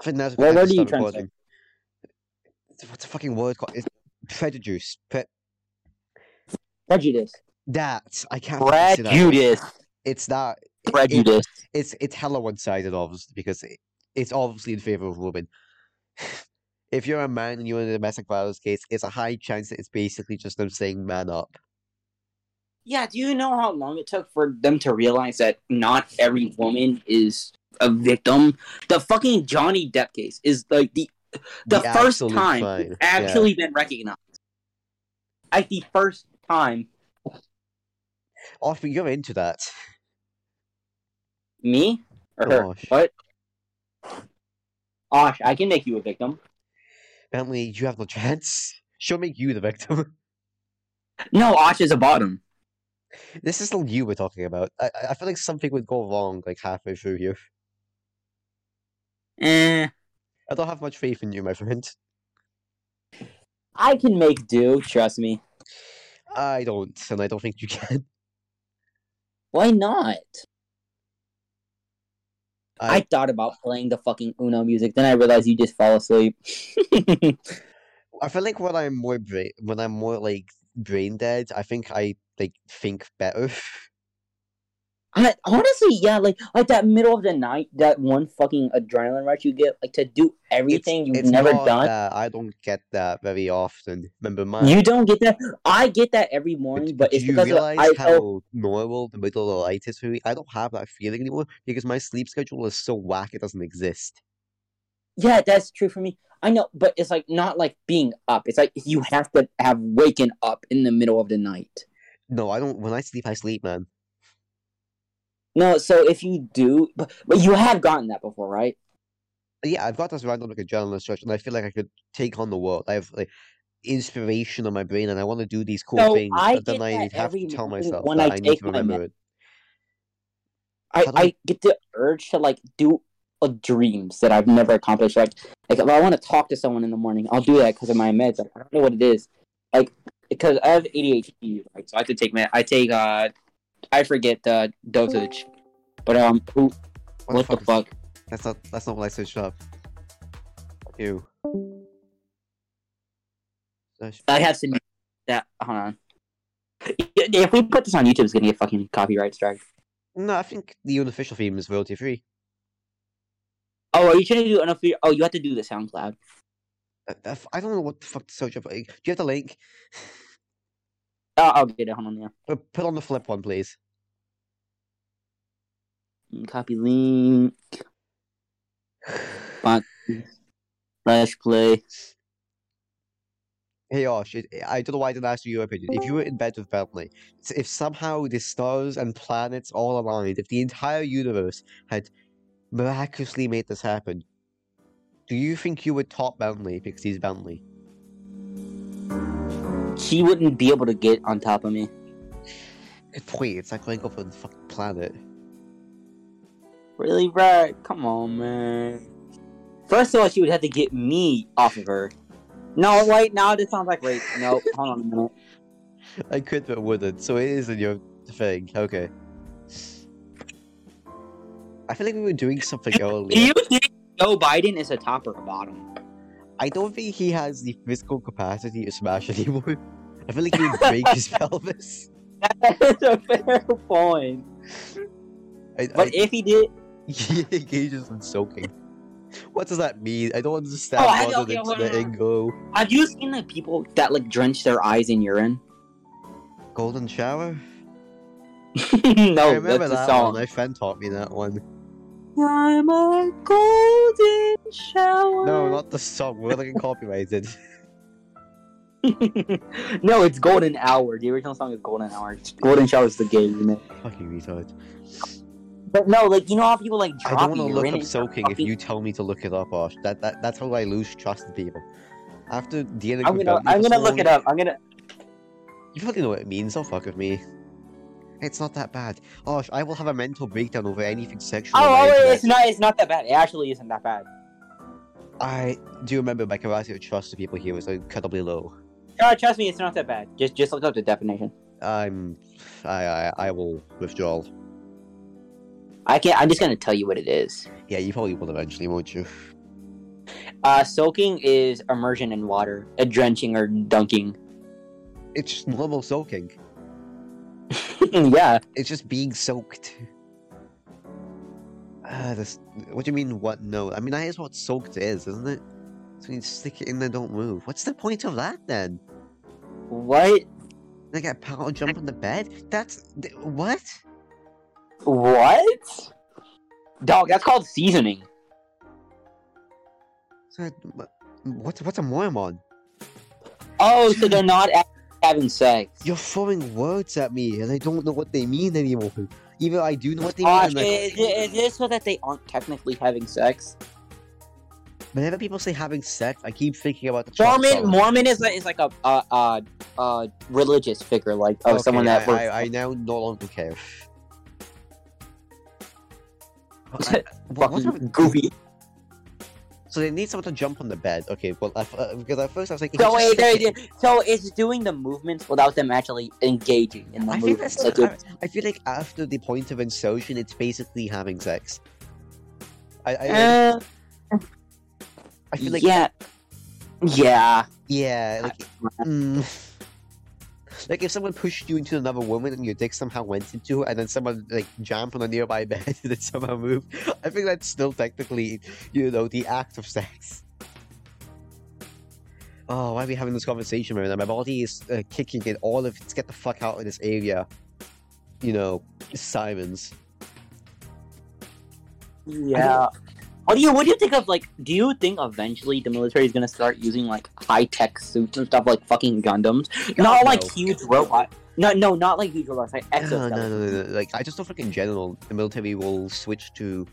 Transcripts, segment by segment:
I think that's. Where, that's where the do you stuff that translate? bothers me. What's the fucking word called? It's prejudice. Pre- Prejudice. that I can't. fucking say that. Prejudice. It's that. it- it- Prejudice. it's it's hella one sided, obviously, because it, it's obviously in favor of women. if you're a man and you're in a domestic violence case, it's a high chance that it's basically just them saying "man up." Yeah, do you know how long it took for them to realize that not every woman is a victim? The fucking Johnny Depp case is like the the, The first absolute time sign, it's actually been recognized. Like the first time. Often you're into that. Me? Or her? Gosh. What? Osh, I can make you a victim. Bentley, you have no chance. She'll make you the victim. No, Osh is a bottom. this is still you we're talking about. I, I- I feel like something would go wrong like halfway through here. Eh. I don't have much faith in you, my friend. I can make do, trust me. I don't, and I don't think you can. Why not? I- I thought about playing the fucking Uno music, then I realized you just fall asleep. I feel like when I'm more bra- when I'm more like brain dead, I think I like think better. I, honestly, yeah, like like that middle of the night, that one fucking adrenaline rush you get, like to do everything you've never not done. that- I don't get that very often. Remember, my You don't get that. I get that every morning, but do it's you because of- realize I how felt normal the middle of the night is for me? I don't have that feeling anymore because my sleep schedule is so whack it doesn't exist. yeah, that's true for me. I know, but it's like not like being up. It's like you have to have waken up in the middle of the night. No, I don't. When I sleep, I sleep, man. No, so if you do, but, but you have gotten that before, right? yeah, I've got this random like adrenaline rush, and I feel like I could take on the world. I have like inspiration on my brain, and I want to do these cool So, things. I but then get I that have to every tell morning myself when that I I need take to my remember med- it. I, How do I- I get the urge to like do uh, dreams that I've never accomplished. Like, like if I want to talk to someone in the morning, I'll do that because of my meds. Like, I don't know what it is. Like, because I have ADHD, right? So I have to take med. I take uh, I forget the dosage, but um, who, what, the is- fuck? That's not. That's not what I searched up. Ew. Search- I have to that. Hold on. If we put this on YouTube, it's gonna get fucking copyright strike. No, I think the unofficial theme is royalty free. Oh, are you trying to do enough? Oh, you have to do the SoundCloud. I, I f- I don't know what the fuck to search up. Like, Do you have the link? Oh, I'll get it. Hold on, yeah. Uh, Put on the flip one, please. Copy link. Font slash play. Hey Osh, it, I don't know why I didn't ask you your opinion. If you were in bed with Bentley, s- if somehow the stars and planets all aligned, if the entire universe had miraculously made this happen, do you think you would top Bentley because he's Bentley? She wouldn't be able to get on top of me. Good point. It's like going up on the fucking planet. Really, right? Come on, man. First of all, she would have to get me off of her. No, wait, now this sounds like rape. No, hold on a minute. I could but wouldn't, so it isn't your thing. Okay. I feel like we were doing something Do earlier. you think Joe Biden is a top or a bottom? I don't think he has the physical capacity to smash anymore. I feel like he would break his pelvis. That's a fair point. I, I- But if he did, He engages in soaking. What does that mean? I don't understand Oh, I what don't the, get what- the angle. have you seen the people that like drench their eyes in urine? Golden shower? I no, remember that's a that song. one. My friend taught me that one. I'm a golden shower. No, not the song. We're looking copyrighted. no, it's Golden Hour. The original song is Golden Hour. Golden Shower is the game, you know. Fucking retard. But no, like you know how people like I drop don't want to urine look up into soaking if fucking- you tell me to look it up, Ash. That, that that's how I lose trust in people. After dealing I'm with gonna, Bentley I'm for gonna so look long- it up. I'm gonna. You probably know what it means. Don't fuck with me. It's not that bad. Ash, I will have a mental breakdown over anything sexual. Oh, on the oh, wait, internet. it's not, it's not that bad. It actually isn't that bad. I do remember my capacity to trust the people here was incredibly low. No, trust me, it's not that bad. Just, just look up the definition. I'm. I, I I will withdraw. I can't. I'm just gonna tell you what it is. Yeah, you probably will eventually, won't you? Uh, soaking is immersion in water, a drenching or dunking. It's just normal soaking. yeah. It's just being soaked. Uh, this, what do you mean, what? No. I mean, that is what soaked is, isn't it? So you stick it in there, don't move. What's the point of that then? What? Like a power jump on the bed? That's. th- What? What? Dog, that's called seasoning. So, wh- What's, what's a Mormon? Oh, so they're not actually having sex. You're throwing words at me and I don't know what they mean anymore. Even I do know what they mean. Gosh, I'm like, is, is this so that they aren't technically having sex? Whenever people say having sex, I keep thinking about the Trump Mormon, song. Mormon is a, is like a uh, uh, uh, religious figure, like oh, Okay, someone that. I, I, I now no longer care. What- I- what- what's fucking up- goofy. so they need someone to jump on the bed. Okay, well, I f uh, because at first I was like, So "Hey, wait, just there, stick it." so it's doing the movements without them actually engaging in the I think movements. that's. Like, I, I feel like after the point of insertion, it's basically having sex. I I, uh, I feel like yeah, yeah, yeah. like mm. like if someone pushed you into another woman and your dick somehow went into it, and then someone like jumped on a nearby bed and then somehow moved. I think that's still technically, you know, the act of sex. Oh, why are we having this conversation right now? My body is uh, kicking in all of its get the fuck out of this area. You know, Simons. Yeah. What do you what do you think of like do you think eventually the military is gonna start using like high tech suits and stuff like fucking Gundams? not no. like huge robot. No no not like huge robots, like No, no, exoskeletons. no, no, no. Like, I just don't think in general the military will switch to.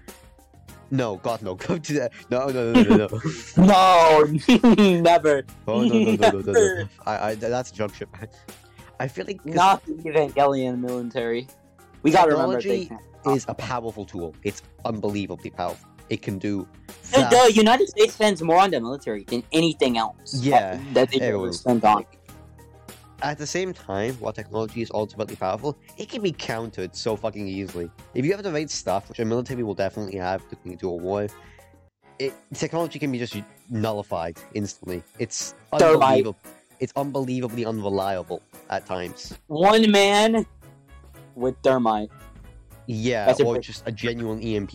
No, God, no. Go to that. No, no, no, no, no. no. No, never. Oh, no, no, no, no, no, no. I, I, that's a jump ship. I feel like 'cause Not the Evangelion military. We gotta remember they Technology can't. is a powerful tool. It's unbelievably powerful. It can do. The, that- the United States spends more on the military than anything else. Yeah, that- That they everyone. ever spend on. At the same time, while technology is ultimately powerful, it can be countered so fucking easily. If you have the right stuff, which a military will definitely have looking into a war, it, technology can be just nullified instantly. It's So, like- unbelievable. It's unbelievably unreliable at times. One man with thermite. Yeah, That's a or big- just a genuine E EMP.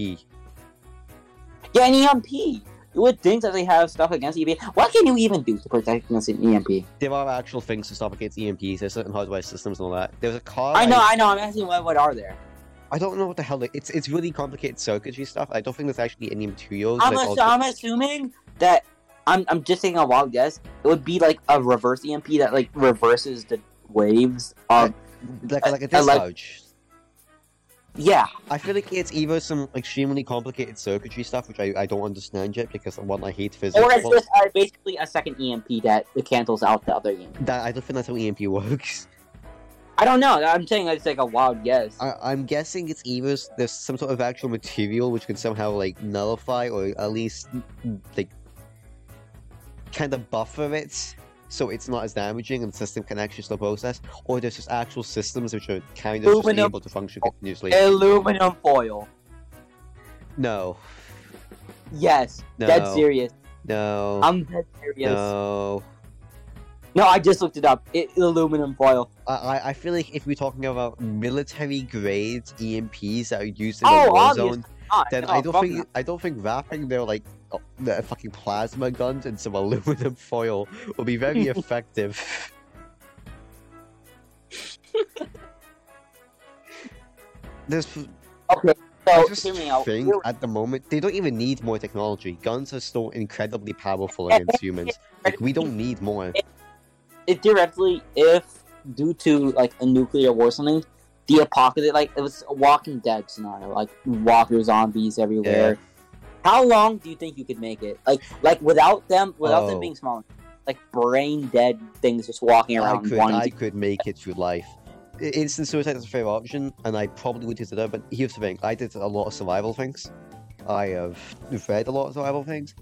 Yeah, E an EMP. You would think that they have stuff against E EMP. What can you even do to protect against an E EMP? There are actual things to stop against EMPs. There's certain hardware systems and all that. There's a car. I know, I know. I'm asking what what are there? I don't know what the hell it- it's. It's really complicated circuitry stuff. I don't think there's actually any materials. I'm, but assu- also- I'm assuming that I'm I'm just taking a wild guess. It would be like a reverse EMP that like reverses the waves of like like a I like- dislodge. yeah. I feel like it's either some extremely complicated circuitry stuff, which I, I don't understand yet because one I hate physics. Or it's one- just uh, basically a second EMP that it cancels out the other EMP. that I don't think that's how EMP works. I don't know. I'm saying it's like a wild guess. I, I'm guessing it's either s- there's some sort of actual material which can somehow like nullify or at least mm, like kind of buffer it so it's not as damaging and the system can actually still process, or there's just actual systems which are kind of just Aluminum. able to function continuously. Eh, Aluminum foil. No, Yes. No. Dead serious. no, I'm dead serious. no. No, I just looked it up. It, aluminum foil. I, I- I feel like if we're talking about military grade EMPs that are used in Oh, the war obviously zone, Ah, then no, I don't fuck think I don't think wrapping their like uh, their fucking plasma guns in some aluminum foil will be very effective. There's Okay, I so just Oh, hear me out. think Here- at the moment they don't even need more technology. Guns are still incredibly powerful Yeah, against humans. Like we don't need more. If theoretically, if due to like a nuclear war or something, the apocalypse, like it was a Walking Dead scenario, like walker zombies everywhere. How long do you think you could make it? Like, like without them, without Oh. them being small, like brain dead things just walking I around could, wanting I to. could make it through life. I- Instant suicide is a fair option, and I probably would consider. it, But here's the thing: I did a lot of survival things. I have read a lot of survival things.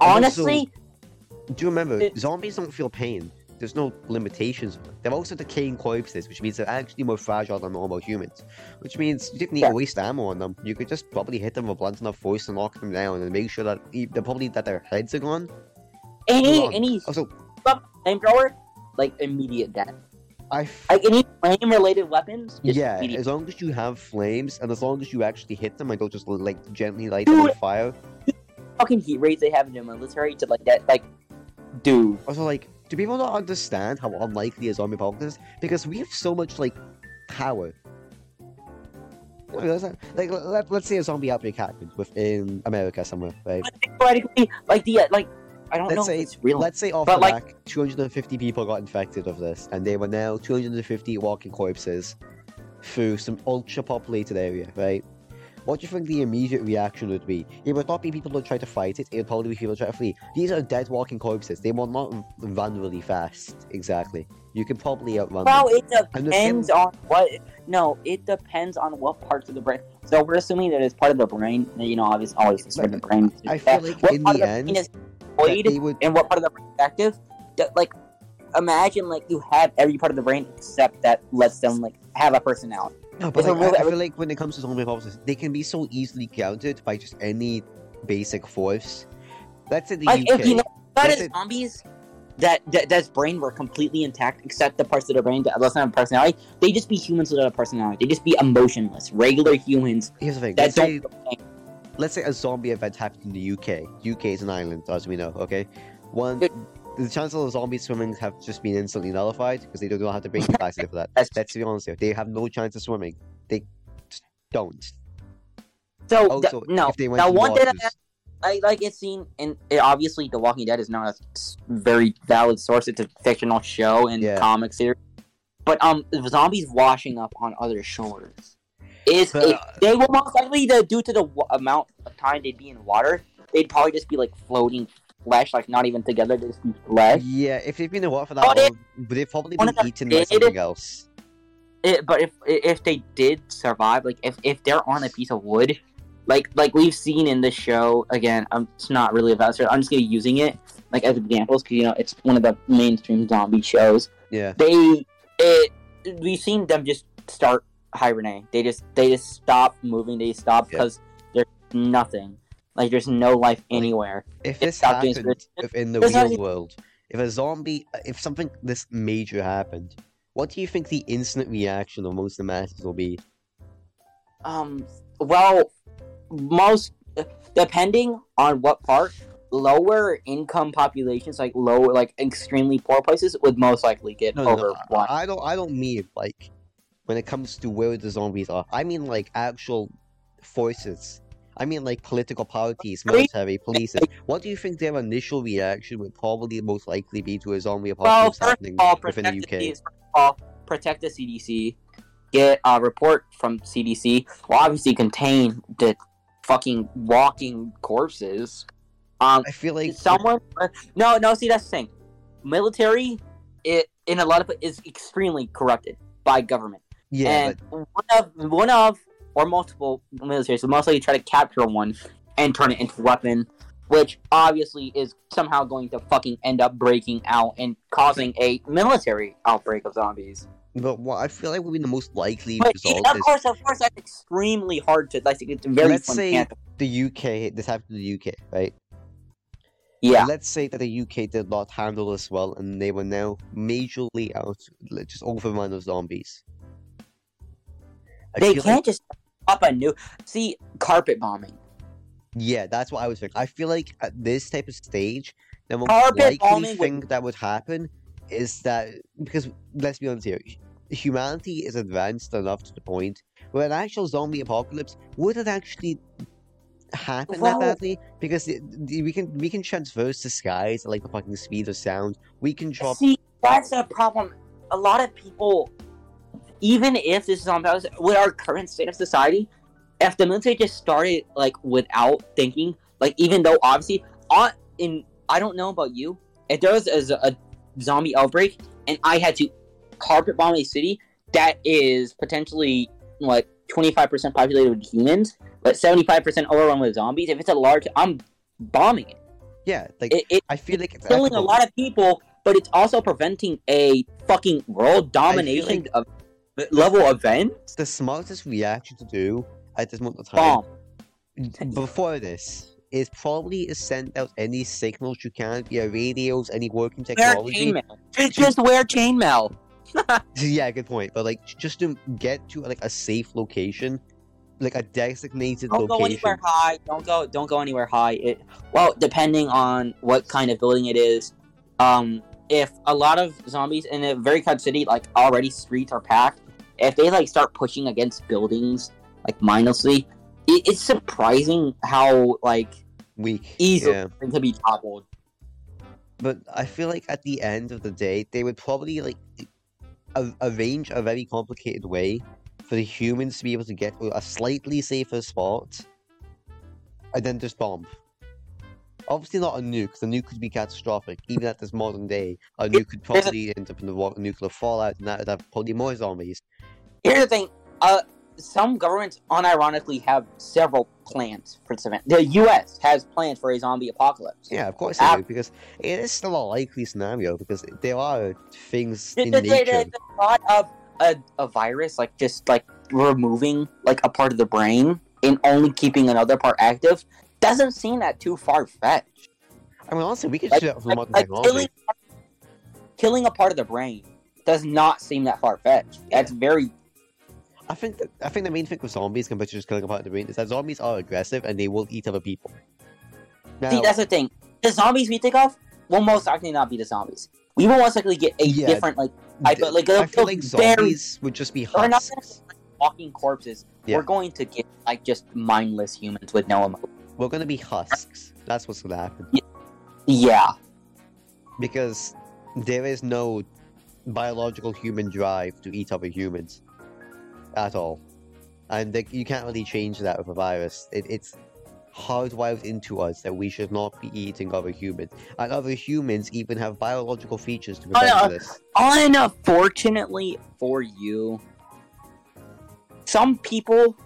Honestly, Do you remember It- zombies don't feel pain? Th- there's no limitations. on it. They're also decaying corpses, which means they're actually more fragile than normal humans. Which means you didn't need Yeah. to waste ammo on them. You could just probably hit them with blunt enough force and knock them down, and make sure that e- they're probably that their heads are gone. Any Hold on. any Also, flamethrower, like immediate death. I f- Like any flame related weapons, just yeah, immediate. as long as you have flames and as long as you actually hit them, I don't just like gently light Do them on it. fire. fucking heat rays they have in the military to like that like dude. Also, like, do people not understand how unlikely a zombie apocalypse is? Because we have so much, like, power. I mean, that's not- Like, let, let's say a zombie outbreak happened within America somewhere, right? But theoretically, like the uh, like I don't Let's know say- if it's real. Let's say off But, the like- back, 250 people got infected of this, and they were now 250 walking corpses through some ultra-populated area, right? What do you think the immediate reaction would be? It would not be people that try to fight it, it would probably be people trying to flee. These are dead walking corpses. They will not run really fast, exactly. You can probably outrun them. Well, it I'm just saying- depends on what. No, it depends on what parts of the brain. So we're assuming that it's part of the brain. and, You know, obviously, always it's part of the brain. I feel like what in part the of the end, brain is that employed they would. and what part of the brain is active? That, like, imagine like you have every part of the brain except that lets them like have a personality. No, but it's a like, real- I, I feel like when it comes to zombie apocalypse, they can be so easily countered by just any basic force. That's in the Like, UK. if you know that That's is it. zombies. That, that that's brain were completely intact except the parts of their brain that doesn't have a personality. They just be humans without a personality. They just be emotionless, regular humans Here's the thing. that Let's don't say, let's say a zombie event happened in the UK. UK is an island, as we know. Okay, one. Dude. The chances of zombie swimming have just been instantly nullified because they don't know how to bring capacity for that. That's- Let's be honest here. They have no chance of swimming. They just don't. Oh, So Also, th- no, if they went now to one thing waters- I like it's seen, and it, obviously, The Walking Dead is not a s- very valid source. It's a fictional show and Yeah. comic series, but um, the zombies washing up on other shores is But, a- they will most likely to, due to the w- amount of time they'd be in water, they'd probably just be like floating flesh, like not even together, they'd just be flesh. Yeah, if they've been in water for But that if long, they've probably Oh, one been of them eaten by did- something else. It, but if if they did survive, like if, if they're on a piece of wood, like like we've seen in this show again, I'm it's not really about I'm just gonna be using it like as examples because you know it's one of the mainstream zombie shows. Yeah. They it we've seen them just start hibernating. They just they just stop moving. They stop Yeah. because there's nothing. Like there's no life anywhere. If It this stopped being happened if in the There's real nothing- world, if a zombie, if something this major happened, what do you think the instant reaction of most of the masses will be? Um. Well, most depending on what part, lower income populations, like lower, like extremely poor places, would most likely get No, no, over no, one. I don't. I don't mean like when it comes to where the zombies are. I mean like actual forces. I mean like political parties, Really? military, police. What do you think their initial reaction would probably most likely be to a zombie well, apocalypse first of happening all, within protect the the, UK? first of all, protect the CDC. Get a report from CDC. Well, obviously, contain the fucking walking corpses. Um, I feel like someone no no see that's the thing military it in a lot of is extremely corrupted by government yeah, and one of one of or multiple militaries will mostly try to capture one and turn it into a weapon which obviously is somehow going to fucking end up breaking out and causing a military outbreak of zombies But what I feel like would be the most likely but yeah, result of is course of course that's extremely hard to like it's very Let's fun say- can't- the UK. This happened in the UK, right? yeah Let's say that the UK did not handle this well, and they were now majorly out, like, just overrun of zombies. I they feel can't like- just up a new see carpet bombing yeah, that's what I was thinking. I feel like at this type of stage, the most Carpet bombing likely would- thing that would happen is that because let's be honest here, hu- humanity is advanced enough to the point where an actual zombie apocalypse would have actually happened Well- that badly because the, the- we can we can transverse the skies at like the fucking speed of sound. We can drop. See, that's a problem. A lot of people, even if this is on balance, with our current state of society, if the military just started like without thinking, like even though obviously, on in I don't know about you, if there was a, a zombie outbreak and I had to carpet bomb a city that is potentially like twenty five percent populated with humans, but seventy five percent overrun with zombies. If it's a large, I'm bombing it. Yeah, like It, it I feel like it's killing a ethical. lot of people but it's also preventing a fucking world domination of level event. It's the smartest reaction to do at this moment of time. Bomb. Before this, is probably to send out any signals you can via radios, any working Wear technology. chainmail. Just, just wear chainmail. yeah, good point. But like, j- just to get to like a safe location, like a designated Don't go location. anywhere high. Don't go. Don't go anywhere high. It, well, depending on what kind of building it is, um, if a lot of zombies in a very cut city, like already streets are packed, if they like start pushing against buildings like mindlessly, it, it's surprising how like Weak. easy Yeah. to be toppled. But I feel like at the end of the day, they would probably like a- arrange a very complicated way for the humans to be able to get to a slightly safer spot, and then just bomb. Obviously, not a nuke. The nuke could be catastrophic, even at this modern day. A nuke could there's a- probably end up in the wa- nuclear fallout, and that would have probably more zombies. Here's the thing. Uh, some governments, unironically, have several plans for this event. The U.S. has plans for a zombie apocalypse. Yeah, of course they Ah. do, because it is still a likely scenario because there are things in the, the- nature. the thought of a, a virus like just like removing like a part of the brain and only keeping another part active doesn't seem that too far fetched. I mean, honestly, we could Like- shoot out from Like, modern like technology. killing, killing a part of the brain does not seem that far fetched. That's very I think that, I think the main thing with zombies compared to just killing a part of the brain is that zombies are aggressive and they will eat other people. see. Now, That's the thing. The zombies we think of will most likely not be the zombies. We will most likely get a Yeah. different like I th- feel like I they'll- feel like they'll very- zombies would just be we're not husks. gonna get walking corpses. Yeah. We're going to get like just mindless humans with no emotion. We're gonna be husks. That's what's gonna happen Yeah. because there is no biological human drive to eat other humans at all, and like, you can't really change that with a virus. It, it's hardwired into us that we should not be eating other humans, and other humans even have biological features to prevent Oh, no. this. Unfortunately for you, some people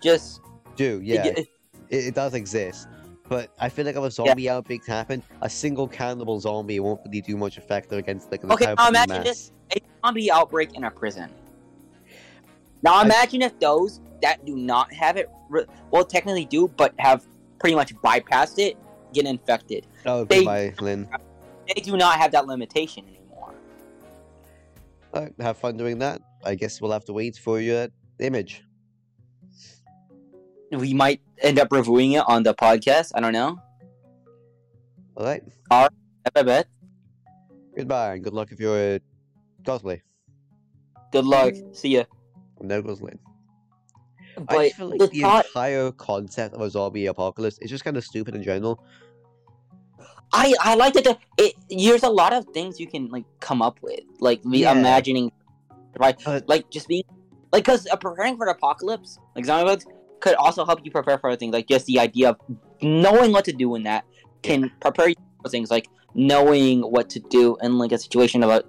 just Do yeah. it, it does exist. But I feel like if a zombie outbreak happened, a single cannibal zombie won't really do much effect against like an Okay, um, entire now human imagine mass. this a zombie outbreak in a prison. Now I- imagine if those that do not have it, re- well, technically do, but have pretty much bypassed it, get infected. Oh, They- goodbye, Lynn. They do not have that limitation anymore. All right, have fun doing that. I guess we'll have to wait for your image. We might end up reviewing it on the podcast. I don't know. All right, I bet. goodbye and good luck if you're a Gosley. Good luck. See ya. No Gosley. Mm. I But just feel like the the thought entire concept of a zombie apocalypse is just kind of stupid in general. I I like that. The, it there's a lot of things you can like come up with, like me Yeah. imagining, right? But- like just being, like, because uh, preparing for an apocalypse, like zombie apocalypse, could also help you prepare for other things. Like just the idea of knowing what to do in that can prepare you for things like knowing what to do in like a situation of a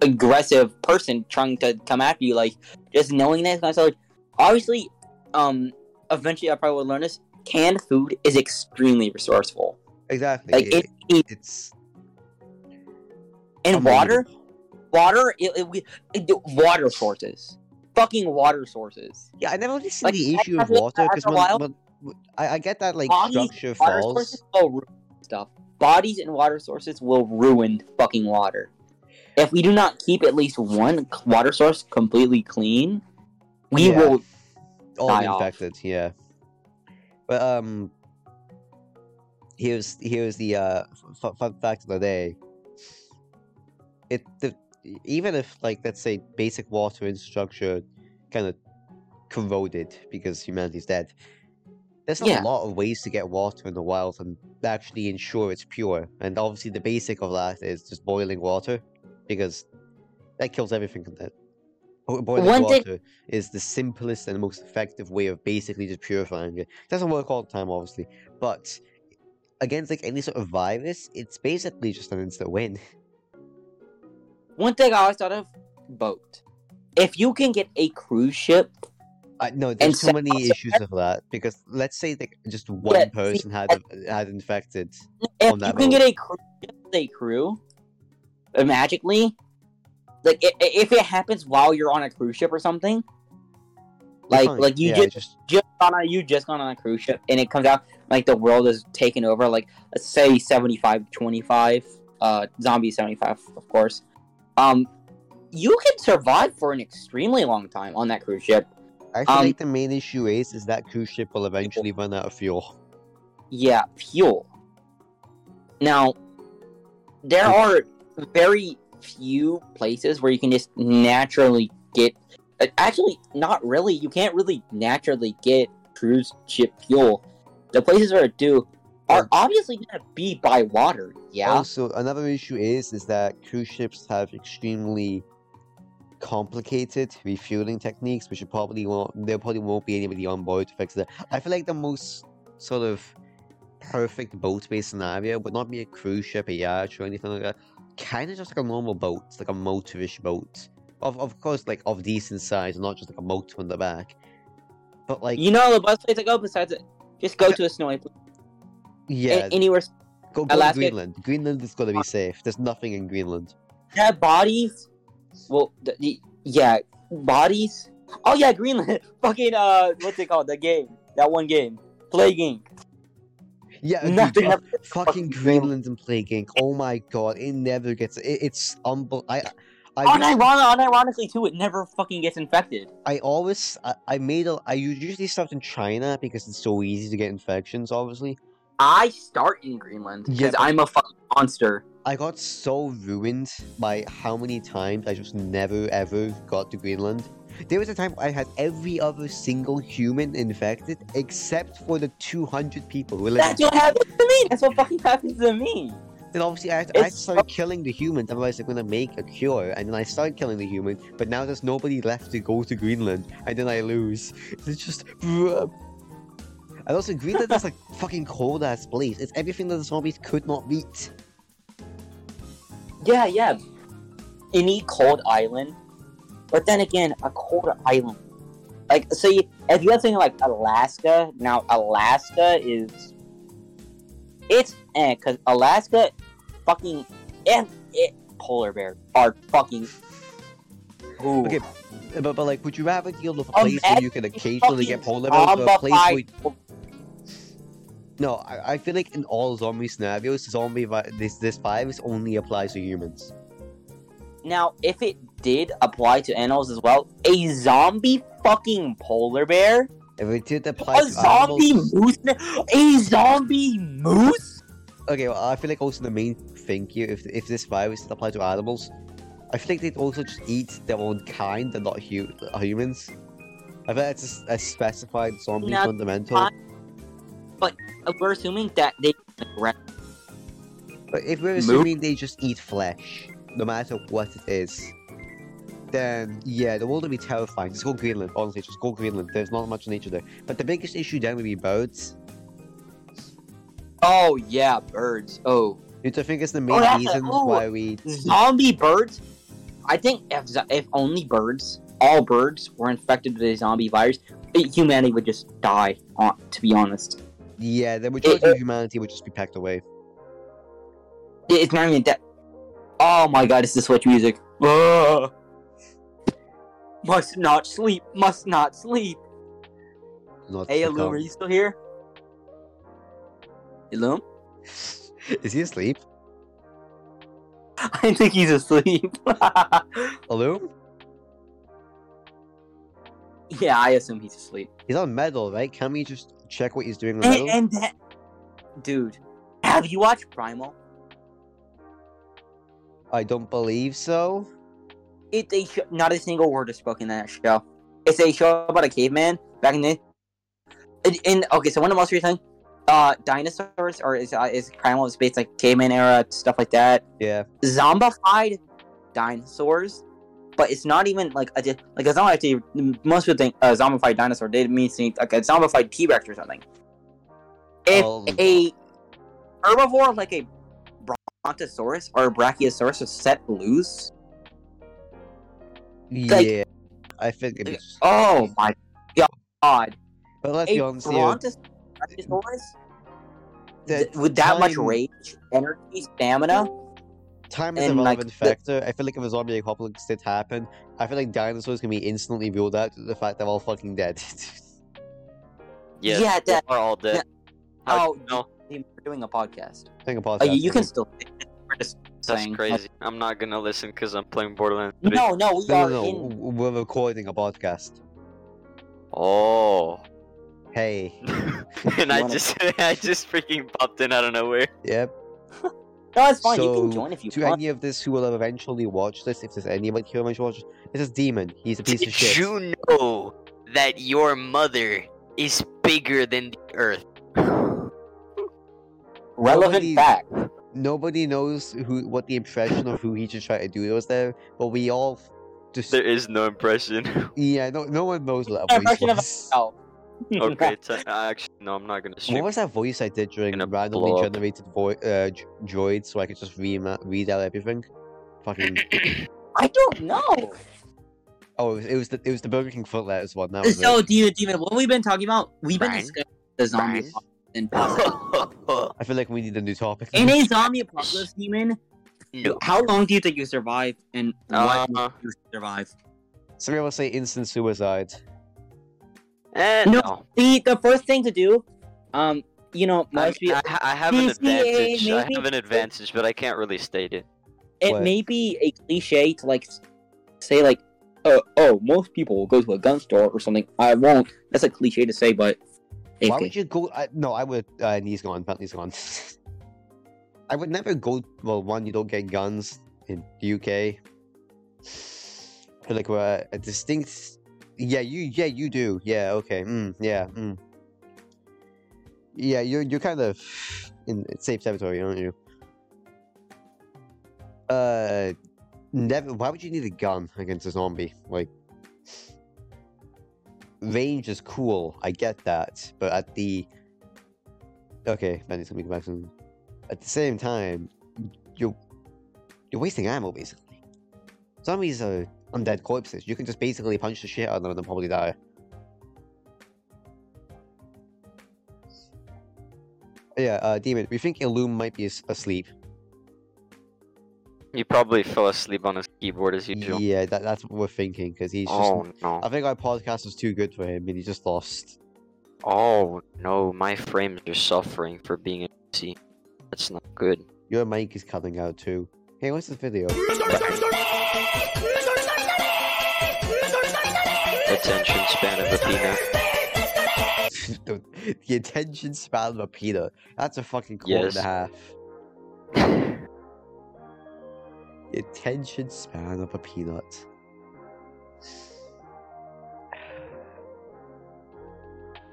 aggressive person trying to come after you. Like just knowing that kind of stuff. Like obviously, um, eventually I probably will learn this. Canned food is extremely resourceful, Exactly. Like, it- it- it's and water. unbelievable. water it, it, we- it, water sources fucking water sources Yeah, I never really seen Like, the I- issue I of feel- water after because a while- I, I get that like Bodies- structure water falls. sources will ruin stuff bodies and water sources will ruin fucking water if we do not keep at least one c- water source completely clean we Yeah. will all die off. infected. Yeah. But um, here's here's the uh f- fun fact of the day. It the, even if like let's say basic water infrastructure kind of corroded because humanity's dead. There's still Yeah. a lot of ways to get water in the wild and actually ensure it's pure. And obviously, the basic of that is just boiling water, because that kills everything. That bo- boiling One water thing- is the simplest and most effective way of basically just purifying it. It doesn't work all the time, obviously, but against like any sort of virus, it's basically just an instant win. one thing i always thought of boat if you can get a cruise ship I no, there's so so- many also- issues with that because let's say that just one Yeah, see, person had had infected. if On you that boat. can get a cruise ship with a crew uh, magically, like i- i- if it happens while you're on a cruise ship or something, like fine. like you Yeah, just just just gone on you just gone on a cruise ship and it comes out like the world is taken over like let's say 75 25 uh zombie 75 of course um you can survive for an extremely long time on that cruise ship I feel um, like the main issue is is that cruise ship will eventually run out of fuel. yeah fuel now there are very few places where you can just naturally get uh, actually not really you can't really naturally get cruise ship fuel the places where it do are obviously gonna be by water yeah Also, another issue is is that cruise ships have extremely complicated refueling techniques, which are probably won't there probably won't be anybody on board to fix that. I feel like the most sort of perfect boat based scenario would not be a cruise ship, a yacht, or anything like that. Kind of just like a normal boat, like a motorish boat. Of of course, like of decent size, not just like a motor on the back. But like, you know the best place to go besides it just go to a snowy place yeah, A- anywhere go, go to Alaska- Uh, Greenland. Greenland is gonna be safe. There's nothing in Greenland. yeah bodies well the, the, yeah bodies oh yeah greenland fucking uh what's it called the game that one game plague inc Yeah, dude, nothing fu- ever gets fucking Greenland. Greenland and Plague Inc. Oh my god, it never gets. It, it's unbel. I, I, Uniron- unironically too, it never fucking gets infected. I always, I, I made a. I us- usually stopped in China because it's so easy to get infections. Obviously, I start in Greenland because Yeah, but- I'm a fucking monster. I got so ruined by how many times I just never ever got to Greenland. There was a time I had every other single human infected except for the 200 people who lived. That's what happens to me. That's what fucking happens to me. Then obviously I, had to- I It's started killing the humans, otherwise they're gonna make a cure. And then I started killing the human, but now there's nobody left to go to Greenland, and then I lose. It's just. bruh. And also, Greenland is like fucking cold ass place. It's everything that the zombies could not beat. Yeah, yeah. Any cold island, but then again, a cold island. Like, so you, if you have something like Alaska, now Alaska is it's eh, cause Alaska, fucking and it polar bears are fucking. Ooh. Okay, But, but like, would you rather deal with a Um, place where you can occasionally get polar bears, or a place where Zombified no? I, I feel like in all zombie scenarios, zombie vi- this this virus only applies to humans. Now, if it did apply to animals as well, a zombie fucking polar bear, If it did apply a to zombie animals- moose, a zombie moose. Okay, well, I feel like also the main thing here, if if this virus did apply to animals, I feel like they'd also just eat their own kind and not hu- humans. I think that's a, s- a specified zombie Not fundamental. fine. Uh, We're assuming that they But if we're Move. assuming they just eat flesh, no matter what it is, then yeah, the world would be terrifying. Just go Greenland, honestly, just go Greenland. There's not much nature there. But the biggest issue then would be birds. Oh yeah, birds. Oh, Which I think is the main that's a- reason oh. why we zombie birds. I think if zo- if only birds, all birds were infected with a zombie virus, humanity would just die. On to be honest, Yeah, the majority of humanity would just be packed away. It- it's not even that. Oh my god, it's the switch music. Ugh. Must not sleep. Must not sleep. Not Hey, to come. Illum, are you still here? Illum, Is he asleep? I think he's asleep. Hello? yeah, I assume he's asleep. He's on metal, right? Can we just check what he's doing on And, metal? and that, dude, have you watched Primal? I don't believe so. It's a sh- not a single word is spoken in that show. It's a show about a caveman back in the. And, and okay, so one of the most recent, uh, dinosaurs or is uh, is Primal is based like caveman era stuff like that. Yeah. Zombified dinosaurs, but it's not even like a di- like a zombie. Most people think a zombified dinosaur. They mean like a zombified T Rex or something. If Um, a herbivore like a brontosaurus or a brachiosaurus is set loose, like- yeah. I think it is. oh my god! But let's A be honest here. brontos- brachiosaurus The th- with that much time- rage, energy, stamina, Time is a And, like, relevant the- factor. I feel like if a zombie apocalypse did happen, I feel like dinosaurs can be instantly ruled out due to the fact they're all fucking dead. Yes, Yeah, they that- are all dead. yeah. How Oh, do you know? We're doing a podcast. Think Oh, podcast. you, you can still. We're just That's saying- crazy. I'm not gonna listen because I'm playing Borderlands 3. No, no, we No, are no, no. in. w- We're recording a podcast. Oh. Hey. and I wanna- just I just freaking popped in out of nowhere. Yep. No, it's fine. you So, can join if you To want. any of this who will have eventually watched this, if there's anybody here who might watch this is Demon. He's a piece of shit. you know that your mother is bigger than the earth? Nobody- Relevant fact. Nobody knows who what the impression of who he should try to do was there, but we all f- just There is no impression. yeah, no, no one knows what that voice Impression of was. Oh. okay, t- actually, no, I'm not gonna What stream. was that voice I did during Gonna randomly blow up. generated vo- uh, d- droid so I could just re- read out everything? Fucking I don't know. oh, it was, it was the it was the Burger King foot letters one. That was it. So, Demon, Demon, what we've been talking about, we've been Brian? discussing the zombie Brian? apocalypse and possible. I feel like we need a new topic. In a zombie apocalypse, Demon, no. how long do you think you survive, and what Uh, do you survive? Some people say instant suicide. eh, No. no. The the first thing to do, um, you know, I, might be I, ha- I have an PCA advantage. I maybe? have an advantage, but I can't really state it. it What? may be a cliche to like s- say like, uh, oh, most people will go to a gun store or something. I won't. That's a cliche to say, but if Why would you go? I, no, I would. Uh, and he's gone. Bentley's gone. I would never go. Well, one, you don't get guns in the UK. I feel like we're a distinct. Yeah, you. Yeah, you do. Yeah. Okay. Mm, yeah. Mm. Yeah, you're you're kind of in safe territory, aren't you? Uh, never. Why would you need a gun against a zombie? Like, range is cool. I get that, but at the okay, Benny's gonna be back soon. At the same time, you're you're wasting ammo basically. Zombies are undead corpses. You can just basically punch the shit out of them and they'll probably die. Yeah, uh, demon. We think Illum might be as- asleep. You probably fell asleep on his keyboard as usual. Yeah, that, that's what we're thinking because he's just. oh no. I think our podcast was too good for him, and he just lost. Oh no, my frames are suffering for being a PC. That's not good. Your mic is cutting out too. Hey, what's this video? Attention span of a peanut. the, the attention span of a peanut. That's a fucking quote Yes. and a half. The attention span of a peanut.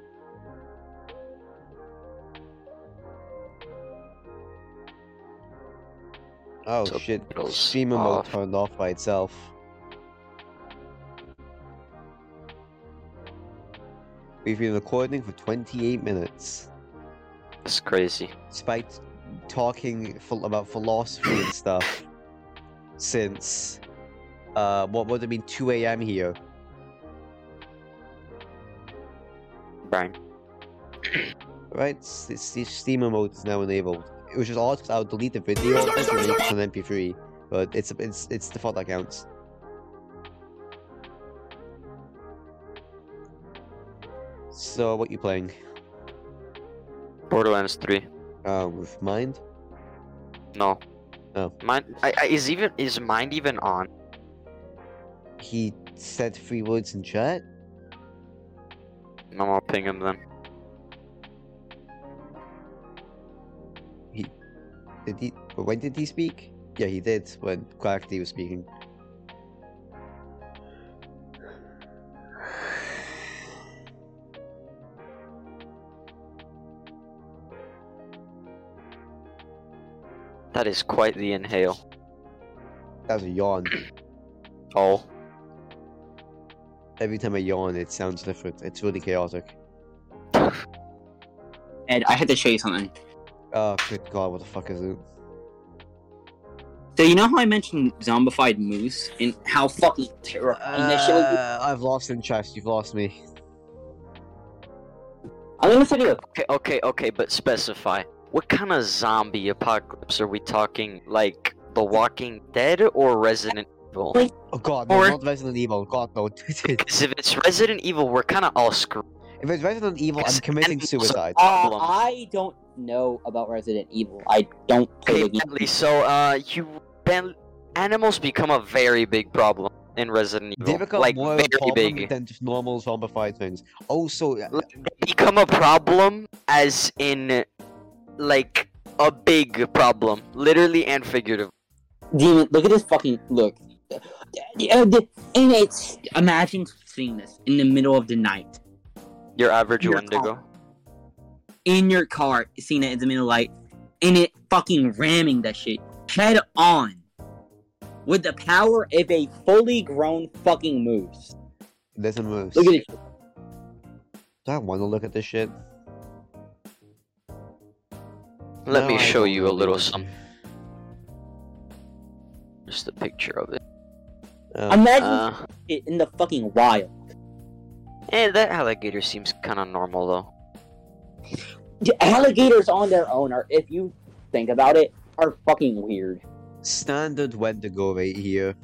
Oh shit! Subtitles Streamer mode off. turned off by itself. We've been recording for 28 minutes That's crazy. despite talking ph- about philosophy and stuff since uh what would have been 2 a.m here Brian. right S- s- the steamer mode is now enabled it was just odd 'cause i'll delete the video of this and make it an mp3 but it's it's it's the thought that counts so what you playing Borderlands 3. uh with mind No. Oh. Mine I, I is even is mind even on? he said three words in chat No, I'll ping him then. Did he? but When did he speak? Yeah, he did when Quackity was speaking. That is quite the inhale. That was a yawn. Oh. Every time I yawn, it sounds different. It's really chaotic. Ed, I had to show you something. Oh, good god, what the fuck is it? So you know how I mentioned zombified moose and how fucking terrifying that shit was? Uh, I've lost interest. You've lost me. I'm gonna send you a Okay, okay, okay, but specify. What kind of zombie apocalypse are we talking? Like The Walking Dead or Resident Evil? Wait. Oh god, no, Or- not Resident Evil. God, no. if 'Cause if it's Resident Evil, we're kind of all screwed. it's Resident Evil, I'm Yes, committing and also- suicide. Uh, Problem. I don't know about Resident Evil. I don't play Okay, the game. Bentley, so uh, you ben, animals become a very big problem in Resident They Evil. become like more of very a problem big. than just normal zombified things. Also, uh, Become a problem as in like a big problem, literally and figuratively. Demon, look at this fucking look. Uh, the- And it's imagine seeing this in the middle of the night Your average Your Wendigo. in your car, seeing it in the middle of light, and it fucking ramming that shit head on with the power of a fully grown fucking moose. there's a moose. Look at it. Do I want to look at this shit? Let No, me I show don't you a really little want to. something. Just a picture of it. Uh, Imagine Uh, it in the fucking wild. eh, that alligator seems kind of normal though. The alligators on their own are, if you think about it, are fucking weird. standard Wendigo right here.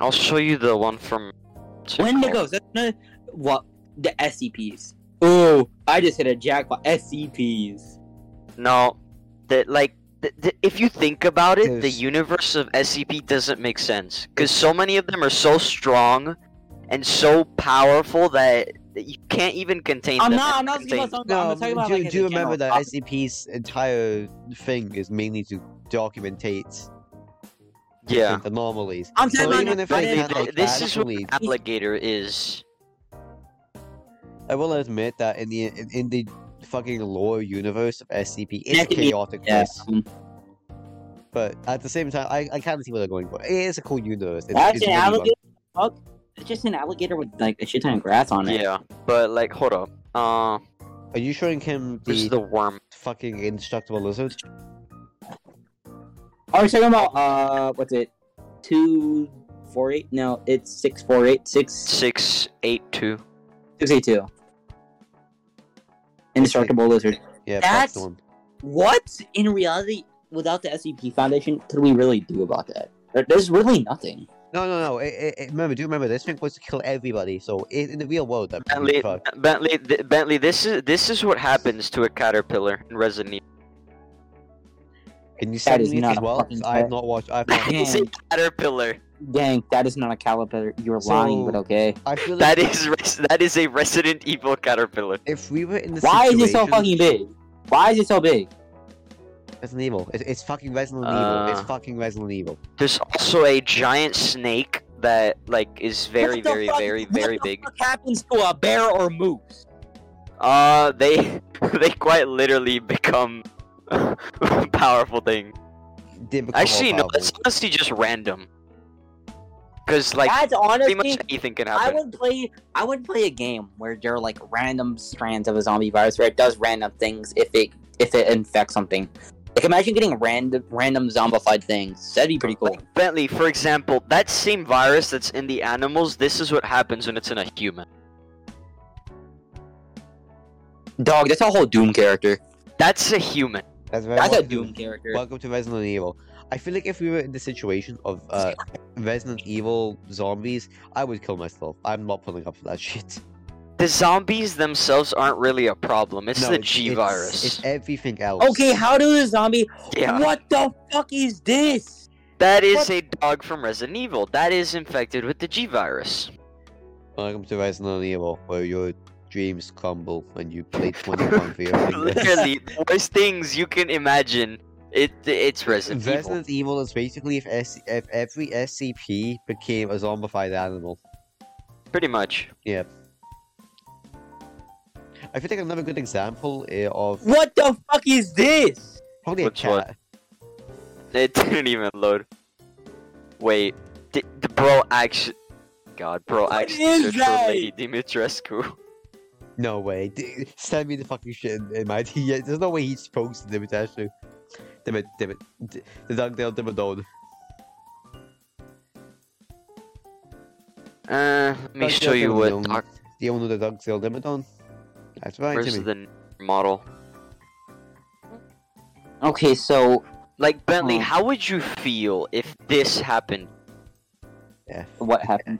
I'll show you the one from. what's it called? Wendigos. That's not what the SCPs. Oh, I just hit a jackpot. SCPs. No, that like th- th- if you think about it, the There's- universe of SCP doesn't make sense because so many of them are so strong and so powerful that, that you can't even contain I'm them. not. I'm not and talking about contain- something. No, I'm talking about do, like as do you a remember that general Uh, SCP's entire thing is mainly to documentate Yeah. different anomalies. I'm So talking about even like if as they a can't general like This is what- actually, Alligator is. I will admit that in the in, in the fucking lore universe of SCP, it's a Definitely, chaotic Yeah. place. But at the same time, I, I kind of see where they're going for. It is a cool universe. It's, That's it's an really fun. alligator. Fuck. It's just an alligator with like a shit ton of grass on it. Yeah, but like, hold up. Uh, Are you showing him this the, is the worm. fucking indestructible lizard? Are we talking about uh, what's it? Two four eight? No, it's six four eight six Six eight two. six eight two. Indestructible lizard. Yeah, That's- that's the one. What in reality, without the SCP Foundation, could we really do about that? There- There's really nothing. No, no, no. It, it, it- remember, do you remember this thing was to kill everybody? So in, in the real world, that Bentley, fuck. Bentley, th- Bentley. This is this is what happens to a caterpillar in Resident Evil. Can you That send is me it not as a well? fucking I have threat. not watched. I've not. It's a Dang. caterpillar. Dang, that is not a caliper. You're So- lying, but okay. I feel like That is res- that is a Resident Evil caterpillar. if we were in the Why situation, is it so fucking big? Why is it so big? Resident Evil. It, it's fucking Resident Evil. Uh. It's fucking Resident Evil. There's also a giant snake that like is very What the very fuck- very what very the big. fuck happens to a bear or moose? Uh they they quite literally become powerful thing. Did become Actually no, all that's powerful. honestly just random. Cuz like That's pretty honestly, much anything can I happen. would play. I would play a game where there are like random strands of a zombie virus where it does random things if it if it infects something. Like imagine getting random random zombified things. That'd be pretty cool. Like, Bentley, for example, that same virus that's in the animals, this is what happens when it's in a human. Dog, that's a whole Doom character. That's a human. That's very That's a welcome- Doom character. Welcome to Resident Evil. I feel like if we were in the situation of uh, Resident Evil zombies, I would kill myself. I'm not pulling up for that shit. The zombies themselves aren't really a problem. It's No, the it's- G it's- virus. It's everything else. Okay, how do the zombie? yeah. What the fuck is this? That is What- a dog from Resident Evil. That is infected with the G virus. Welcome to Resident Evil, where your dreams crumble when you play 21 for your fingers. Literally, the worst things you can imagine. It it's Resident Evil. Resident Evil is basically if, S- if every SCP became a zombified animal. Pretty much. I feel like another good example uh, of What the fuck is this? probably a Which one? cat. It didn't even load. Wait, di- the bro actually. God, bro What actually is searched that? for Lady Dimitrescu. No way. D- send me the fucking shit in, in my DM. There's no way he spoke to Dimitrescu. Dimit, Dimit, D- the Dugdale Dimmadone. Uh, let me show you what. Doc- The owner of the Dugdale Dimmadone. That's right, where's Jimmy. the n- model? Okay, so Like Bentley, Oh. how would you feel if this happened? Yeah, What happened?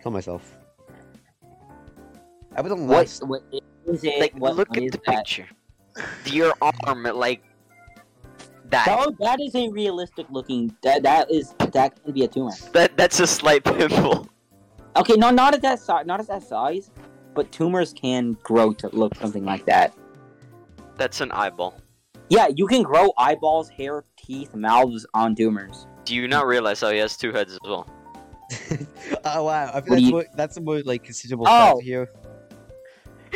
kill myself. I wouldn't What, last. what is it? Like, what, look what at is the that? picture. Your arm, like that. That, that is a realistic looking. That that is that can be a tumor. That that's a slight pimple. Okay, no, not at that size. Not at that size, but tumors can grow to look something like that. That's an eyeball. Yeah, you can grow eyeballs, hair, teeth, mouths on tumors. Do you not realize how he has two heads as well? oh wow, I think What do that's you- more, that's a more like considerable Oh. fact here.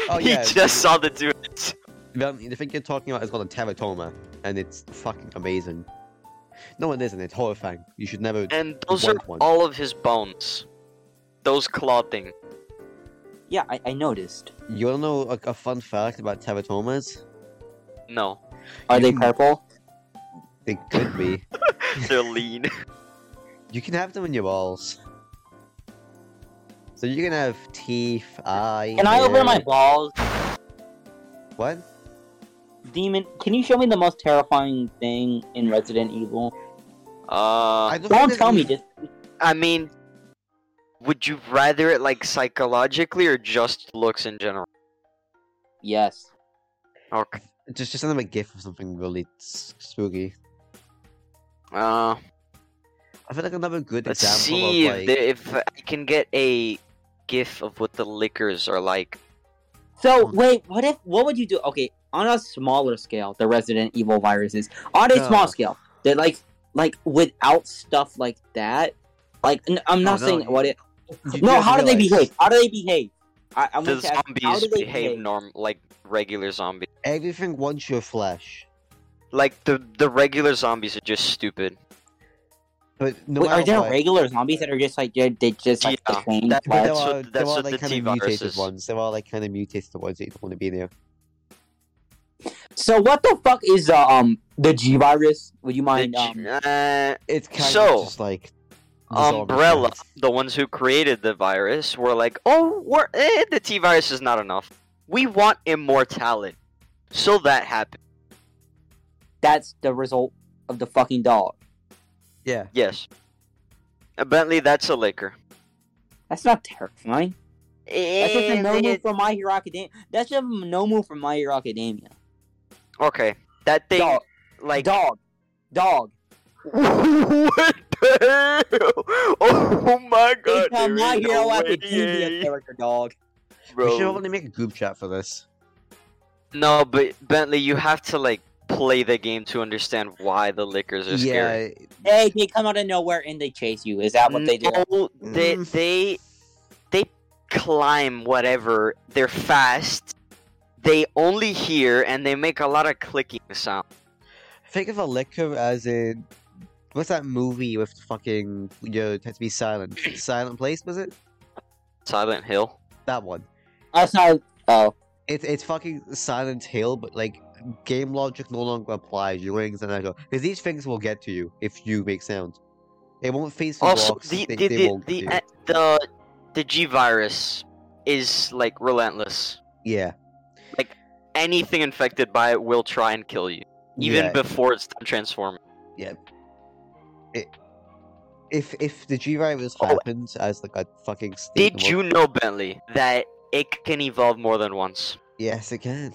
Oh he yeah, just saw the two heads. Bentley, the thing you're talking about is called a teratoma, and it's fucking amazing. No, it isn't. It's horrifying. You should never. Eh. And those One are point. all of his bones. Those claw things. Yeah, I, I noticed. You wanna know a, a fun fact about teratomas? No, Are they Mm. purple? They could be. they're lean. You can have them in your balls. So you can have teeth, eye. Can I open my Uh, hair- balls? What? Demon, can you show me the most terrifying thing in Resident Evil? Uh, I Don't think tell me there's- this. I mean, would you rather it like psychologically or just looks in general? Yes. Okay. Just, just send them a gif of something really s- spooky. Uh, I feel like another good let's example see of if, like. the, if I can get a gif of what the liquors are like. So Hmm. wait, what if? What would you do? Okay, on a smaller scale, the Resident Evil viruses. On a small No. scale, that like like without stuff like that. Like n- I'm No, not Oh, no, saying you- what it. you No, don't how do they realize. behave? How do they behave? I, I'm The going to ask, how zombies do they behave behave? norm like regular zombies. Everything wants your flesh. Like the the regular zombies are just stupid. But no Wait, are matter there what- regular zombies that are just like they they just like Yeah, the same that- but flesh? there That's are, there what- that's are what like the kind of T-virus mutated is. ones. There are like kind of mutated ones that you don't want to be there. So what the fuck is uh, um the G virus? Would you The mind? g- um, Um, uh, It's kind So, of just like the zombie umbrella, kind. the ones who created the virus, were like, "Oh, we're, eh, the T virus is not enough. We want immortality." So that happened. that's the result of the fucking dog. Yeah. Yes. Uh, Bentley, that's a liquor. That's not terrifying. That's just a And no move it- from My Hero Academia. That's just a no move from My Hero Academia. okay, that thing, Dog, like, dog, dog. what the hell? Oh my god, it's a there My is Hero no Academia way, character, dog. We should bro. only make a group chat for this. No, but Bentley, you have to like play the game to understand why the liquors are scary. Yeah, Hey, they come out of nowhere and they chase you. Is that what they do? No, they Mm. they they climb whatever. They're fast. They only hear and they make a lot of clicking sound. Think of a liquor as in what's that movie with fucking you know, it has to be silent. silent place was it? Silent Hill. That one. That's not. Oh, It's it's fucking Silent Hill, but like game logic no longer applies. Your wings and I go because these things will get to you if you make sound. It won't face the also, blocks. the they, the they the won't the, get you. the, the G virus is like relentless. yeah Anything infected by it will try and kill you, even yeah. before it's done transforming. if if the G virus Oh. happens as like a fucking state Did of- you know, Bentley, that it can evolve more than once? Yes, it can.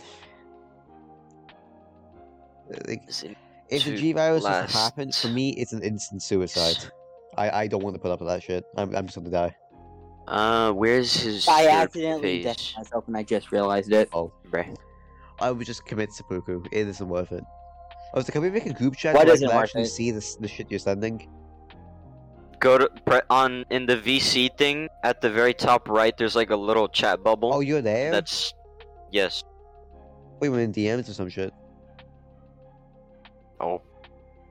Like, It's in- If the to G virus was to last. happen, for me, it's an instant suicide. I, I don't want to put up with that shit. I'm, I'm just gonna die. Uh, where's his? I third accidentally death face? myself and I just realized it. Oh, Bruh. I would just commit seppuku. It isn't worth it. I was like, can we make a group chat Why where I doesn't can it worth actually it? see this the shit you're sending? go to pre- on in the VC thing at the very top right. There's like a little chat bubble. Oh, you're there? That's yes. We were in DMs or some shit. Oh.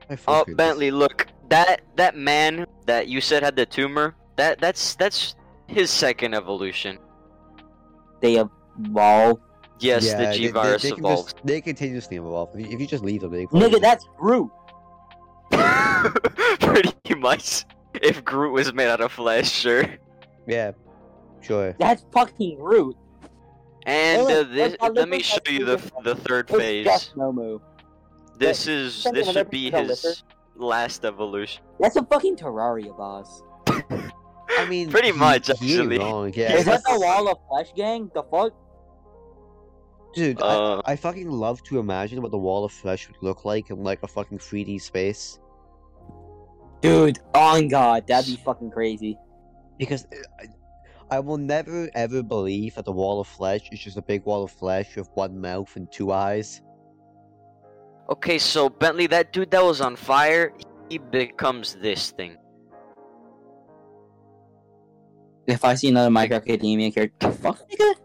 My Oh, fucking- Bentley, look that that man that you said had the tumor. That that's that's his second evolution. They evolve. Yes, Yeah, the they- G they- virus they, can just- evolves. they continuously evolve. If you, if you just leave them, they Nigga, that's Groot. Pretty much. If Groot was made out of flesh, sure. Yeah, sure. That's fucking Groot. And look, uh, this, look, look, let me look, show that's the you the difference. the third It's phase. just no move. This is Something this I've should ever be seen on Licker. his last evolution. That's a fucking Terraria boss. I mean, Pretty he- much, he ain't actually. wrong, yeah. Is that that's- the wall of flesh gang? The fuck? Dude, I- Uh, I fucking love to imagine what the wall of flesh would look like in like a fucking 3D space. Dude, on God, that'd be fucking crazy. Because uh, I, I will never ever believe that the wall of flesh is just a big wall of flesh with one mouth and two eyes. okay, so Bentley, that dude that was on fire, he becomes this thing. If I see another Micro Academia character, fuck nigga.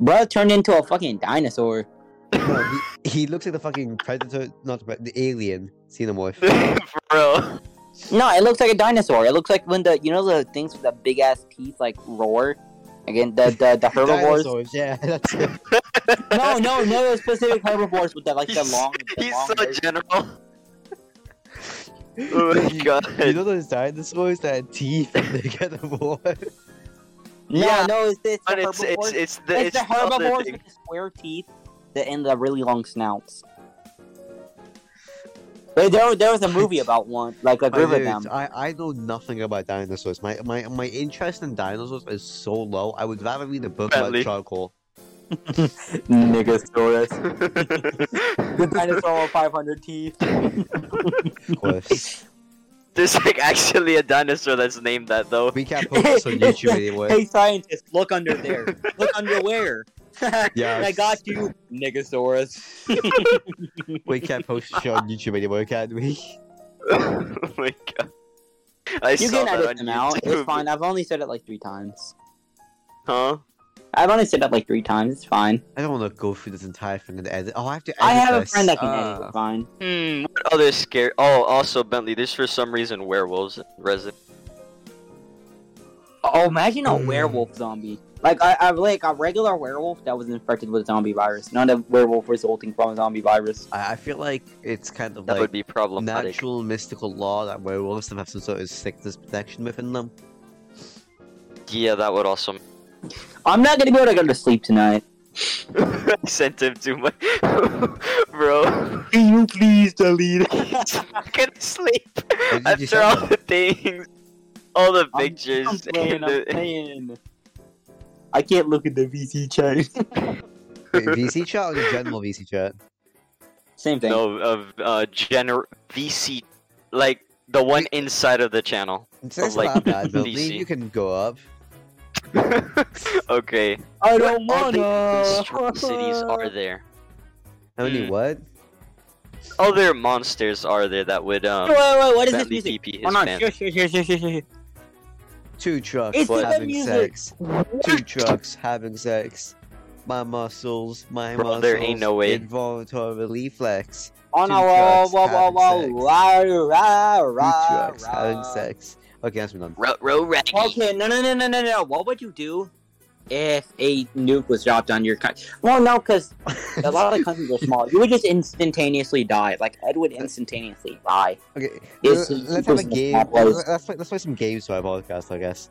Bro turned into a fucking dinosaur. No, he, he looks like the fucking predator, not the pred- the alien xenomorph. Bro, No, it looks like a dinosaur. It looks like when the you know the things with the big ass teeth like roar. Again, the the, the herbivores. Dinosaurs, yeah, that's it. No, no, no specific herbivores with the like the He's- long. The he's long so ears. general. Oh my You- god. You know those dinosaurs that had teeth and they get the war? no, Yeah, no, it's this But it's it's herbivores. it's the it's, the other herbivores thing. with the square teeth that and the really long snouts. Wait, there, there was a movie about one, like a My group of dudes, them. I, I know nothing about dinosaurs. My, my my interest in dinosaurs is so low. I would rather read a book Bentley. about charcoal. Niggasaurus. The dinosaur with 500 teeth. Of course, There's like actually a dinosaur that's named that though. we can't post this on YouTube anyway. Hey, scientist, look under there. Look under where? Yeah. I got you, Niggasaurus. We can't post shit on YouTube anymore, can we? oh my god. I You can saw that on edit them out. It's YouTube. fine. I've only said it like three times. Huh? I've only said it like three times. It's fine. I don't want to go through this entire thing and edit. Oh, I have to. Edit I have a this. friend that can uh, edit. It's fine. Hmm, what other scare? Oh, also Bentley. There's for some reason werewolves in Resident. Oh, imagine a Mm. werewolf zombie. Like I, I like a regular werewolf that was infected with a zombie virus, not a werewolf resulting from a zombie virus. I, I feel like it's kind of That like would be problematic. natural mystical law that werewolves have some sort of sickness protection within them. Yeah, that would also. I'm not gonna be able to go to sleep tonight. I sent him too much, bro. Can you please delete He's not gonna sleep did you after send all him? the things, all the I'm- pictures. I'm and playing, I'm the- playing. I can't look at the VC chat. Wait, VC chat or the general VC chat? Same thing. no, of uh, gener VC, like the one inside of the channel. It's it's like, not bad, but Lee, VC. you can go up. okay. I don't All wanna. the monstrosities are there. How many Hmm. what? Other monsters are there that would um. Wait, wait, wait, what is this Bentley music? PP his Hold on, fans. shush, shush, shush, shush, shush, shush. Two trucks It's the having music. sex. Two trucks having sex. My muscles, my Bro, muscles. there ain't no way. Involuntary reflex. On Two a whoa, trucks whoa, whoa, having whoa, rah, rah, Two rah, trucks having rah. sex. Okay, that's done. Ro- ro- ro- Okay, no, no, no, no, no, no. What would you do if a nuke was dropped on your country? Well, no, because a lot of countries are small. You would just instantaneously die. Like Ed would instantaneously die. Okay, It's- uh, let's it's have a not game. that close. Let's play, let's play some games for our podcast, I guess.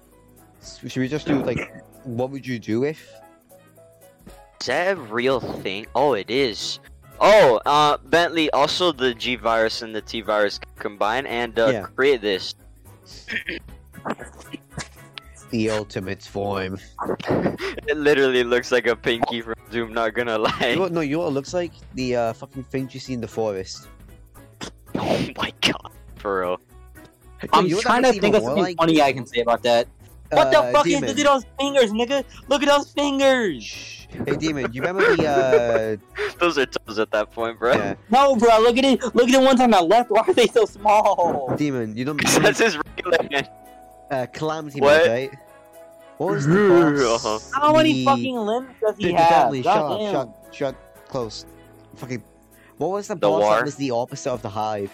S- Should we just do like, what would you do if? Is that a real thing? Oh, it is. Oh, uh, Bentley, also the G virus and the T virus combine and uh, Yeah. create this. The ultimate form. It literally looks like a pinky from Doom, not gonna You know lie. what, no, you know what it looks like? The uh, fucking things you see in the forest. oh my god, for real. Yo, I'm you know what that trying to looks even think of more something like? funny I can say about that. What the Uh, fuck demon. is look at those fingers, nigga? Look at those fingers. Hey, demon, you remember the Those are toes at that point, uh, bro. yeah, No, bro, look at it. Look at the ones on the left. Why are they so small? demon? You don't That's his regular hand. uh, calamity What? mode, right? What was the Uh-huh. boss? How many The- fucking limbs does he Dude, have? Bentley, shut God up, damn. shut, shut, close. Fucking. What was the, The boss war? that was the opposite of the hive?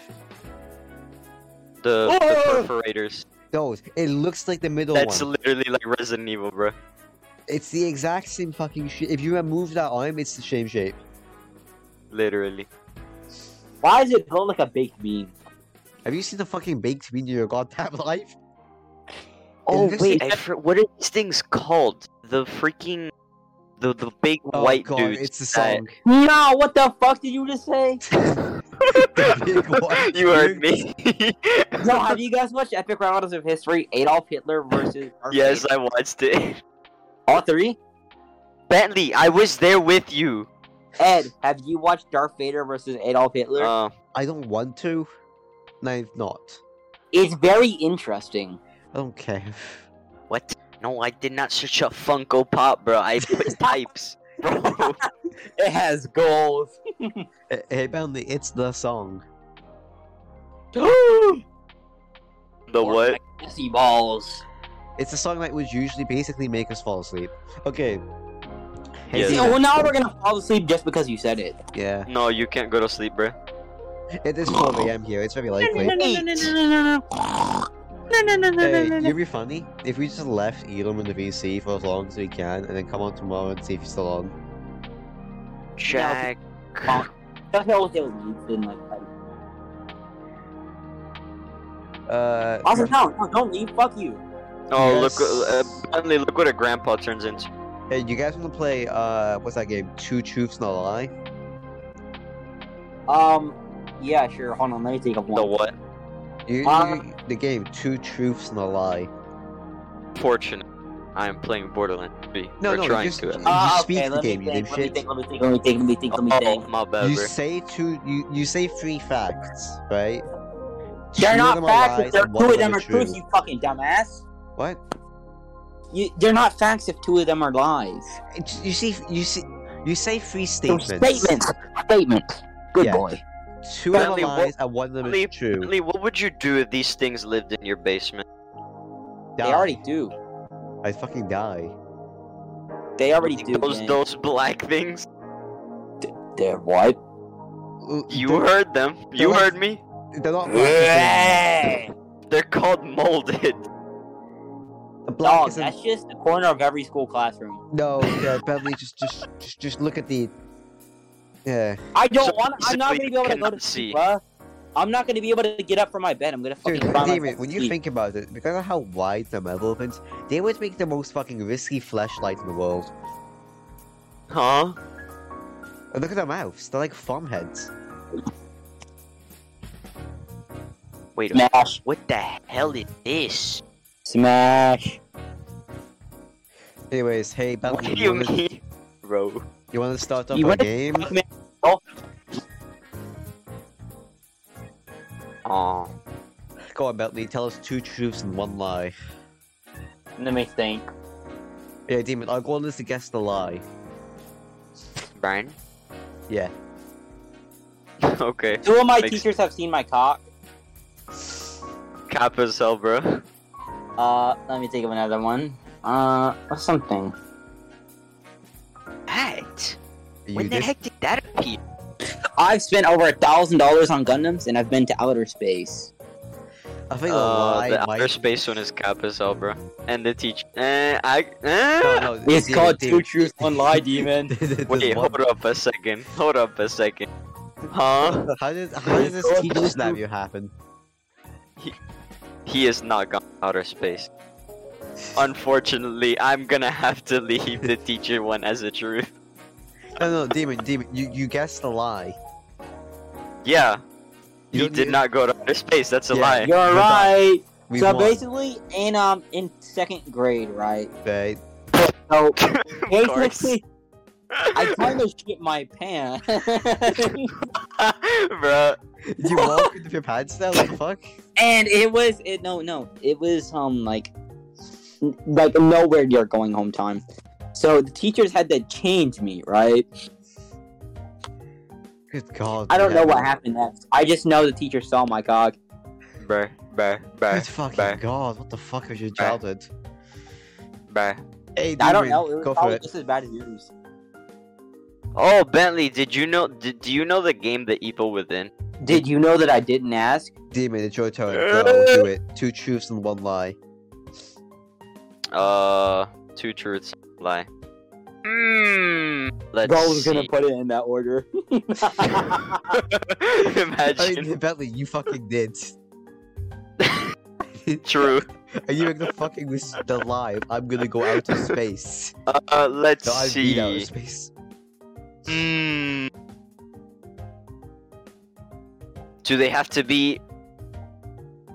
The, Oh! the perforators. Those. It looks like the middle That's one. literally like Resident Evil, bro. It's the exact same fucking shape. If you remove that arm, it's the same shape. Literally. Why does it look like a baked bean? Have you seen the fucking baked bean in your goddamn life? Oh looks wait, Oh, like- I fr- what are these things called? The freaking, the the big Oh white god, dudes. it's the that- song. No, what the fuck did you just say? Big white you heard dudes. me. No, have you guys watched Epic Rounds of History? Adolf Hitler versus Darth yes, Vader? I watched it. all three. Bentley, I was there with you. Ed, have you watched Darth Vader versus Adolf Hitler? Uh, I don't want to. No, I've not. it's very interesting. I don't care. what? No, I did not search up Funko Pop, bro. I put types, bro. It has goals. Eh, Hey, Bentley, it's the song. the The what? Messy balls. It's a song that would usually basically make us fall asleep. Okay. Hey, Yes. See, Steven. well, now we're gonna fall asleep just because you said it. Yeah. No, you can't go to sleep, bro. It is 12 a.m. here. It's very likely. Hey, you'd be funny if we just left Elam in the VC for as long as we can and then come on tomorrow and see if he's still on. Jack. That's how it was in like. like- Uh, Also, no, no, don't leave. Fuck you. Oh, look, uh, Yes. Bentley, look what a grandpa turns into. hey, you guys want to play, uh, what's that game? Two Truths and a Lie? Um, yeah, sure. Hold on, let me think of one. The what? You, you- Um, the game, Two Truths and a Lie. Fortunate. I am playing Borderlands 3. No, We're no, you trying just- to. at least. you Ah, speak okay, the let me game, you think, let me dipshit. think, Let me think. Let me think. Let me think. Let me think. Oh, my bad, You bro. say two, you, you say three facts, right? They're Two not of them facts if lies they're and one two of them are true. truth, you fucking dumbass. What? You, they're not facts if two of them are lies. It's- You see, you see, you say three They're statements. statements. Statements. Good Yeah. boy. Two of them Bentley, are what- lies and one of them Bentley- is true. Bentley, what would you do if these things lived in your basement? They Die. already do. I fucking die. They already do. Those man. those black things. They're what? L- You they're- heard them. You like- heard me. They're not black. no, They're called molded. The black is Oh, that's just the corner of every school classroom. no, yeah, Bentley. Just, just, just, just look at the. Yeah, I don't So want. I'm not basically gonna you be able to go cannot to sleep, see. bruh. I'm not gonna be able to get up from my bed. I'm gonna dude. fucking. cry Damon, myself when to you sleep. think about it, because of how wide the metal is, they would make the most fucking risky flashlight in the world. Huh? And look at their mouths. They're like farm heads. Wait. a smash, What the hell is this? smash. Anyways, hey, Bentley. What do you wanna- mean, bro? You want to start up You our wanna- game? Fuck, man. Oh, Go on, Bentley. Tell us two truths and one lie. Let me think. Yeah, Demon. Our goal is to guess the lie. Brian. Yeah. okay. Two of my Makes- teachers have seen my cock. Cap as hell, bro. Uh, let me think of another one. Uh, what's something? What? You When the did- heck did that appear? I've spent over a thousand dollars on Gundams, and I've been to outer space. I think the Uh, lie the might. outer space one is cap as hell, bro. And the teacher. Eh, I. Eh. No, no, It's Demon, called Demon. two truths, one lie, demon. There's one- Wait, hold up a second. Hold up a second. Huh? How did how did this teacher scenario happen? He is not gone to outer space. Unfortunately, I'm gonna have to leave the teacher one as a truth. No, no, demon, demon. You you guessed the lie. Yeah, You he don't did need- not go to outer space. That's a Yeah, lie. You're right. We so won, basically, in um, in second grade, right? right? So Of course. basically, I kind of shit my pants. bro. Did you walk with your pants down? Like fuck. and it was it no no it was um like n- like nowhere you're going home time so the teachers had to change me right Good God. i don't know what man. happened next i just know the teacher saw my cock Bro, bro, bro, Good fucking Back. God. What the fuck was your Back. childhood? bro. Hey, i don't Demon, know it was Go for probably it. just as bad as yours Oh, Bentley, did you know? Did, do you know the game The Evil Within? did you know that i didn't ask Demon, it's your turn. Go do it. Two truths and one lie. Uh, two truths, lie. Hmm. Let's Bro was see. gonna put it in that order I mean, Imagine. Bentley, you fucking did. True. Are you gonna fucking this the live? I'm gonna go out to space. Uh, let's No, I've been out of see. space. Hmm. Do they have to be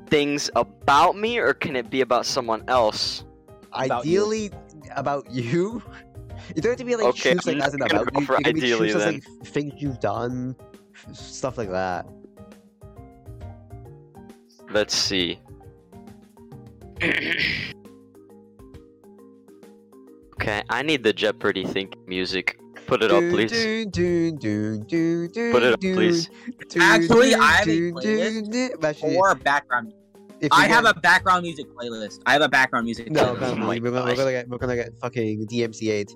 things about me, or can it be about someone else? About you. ideally about you. You don't have to be like Okay, choose like I'm as an gonna about go you. for It can be ideally choose as, like things you've done, f- stuff like that. Let's see. okay, I need the Jeopardy think music. Put it up, Dun, please. dun, dun, dun, dun, dun, Put it up, dun, please. dun, Actually, dun, I have a dun, dun, playlist dun. Actually, Or background. if I you have want- a background music playlist. I have a background music. no. playlist. Apparently, Oh my we're, gonna, we're gosh. gonna get we're gonna get fucking DMCA'd.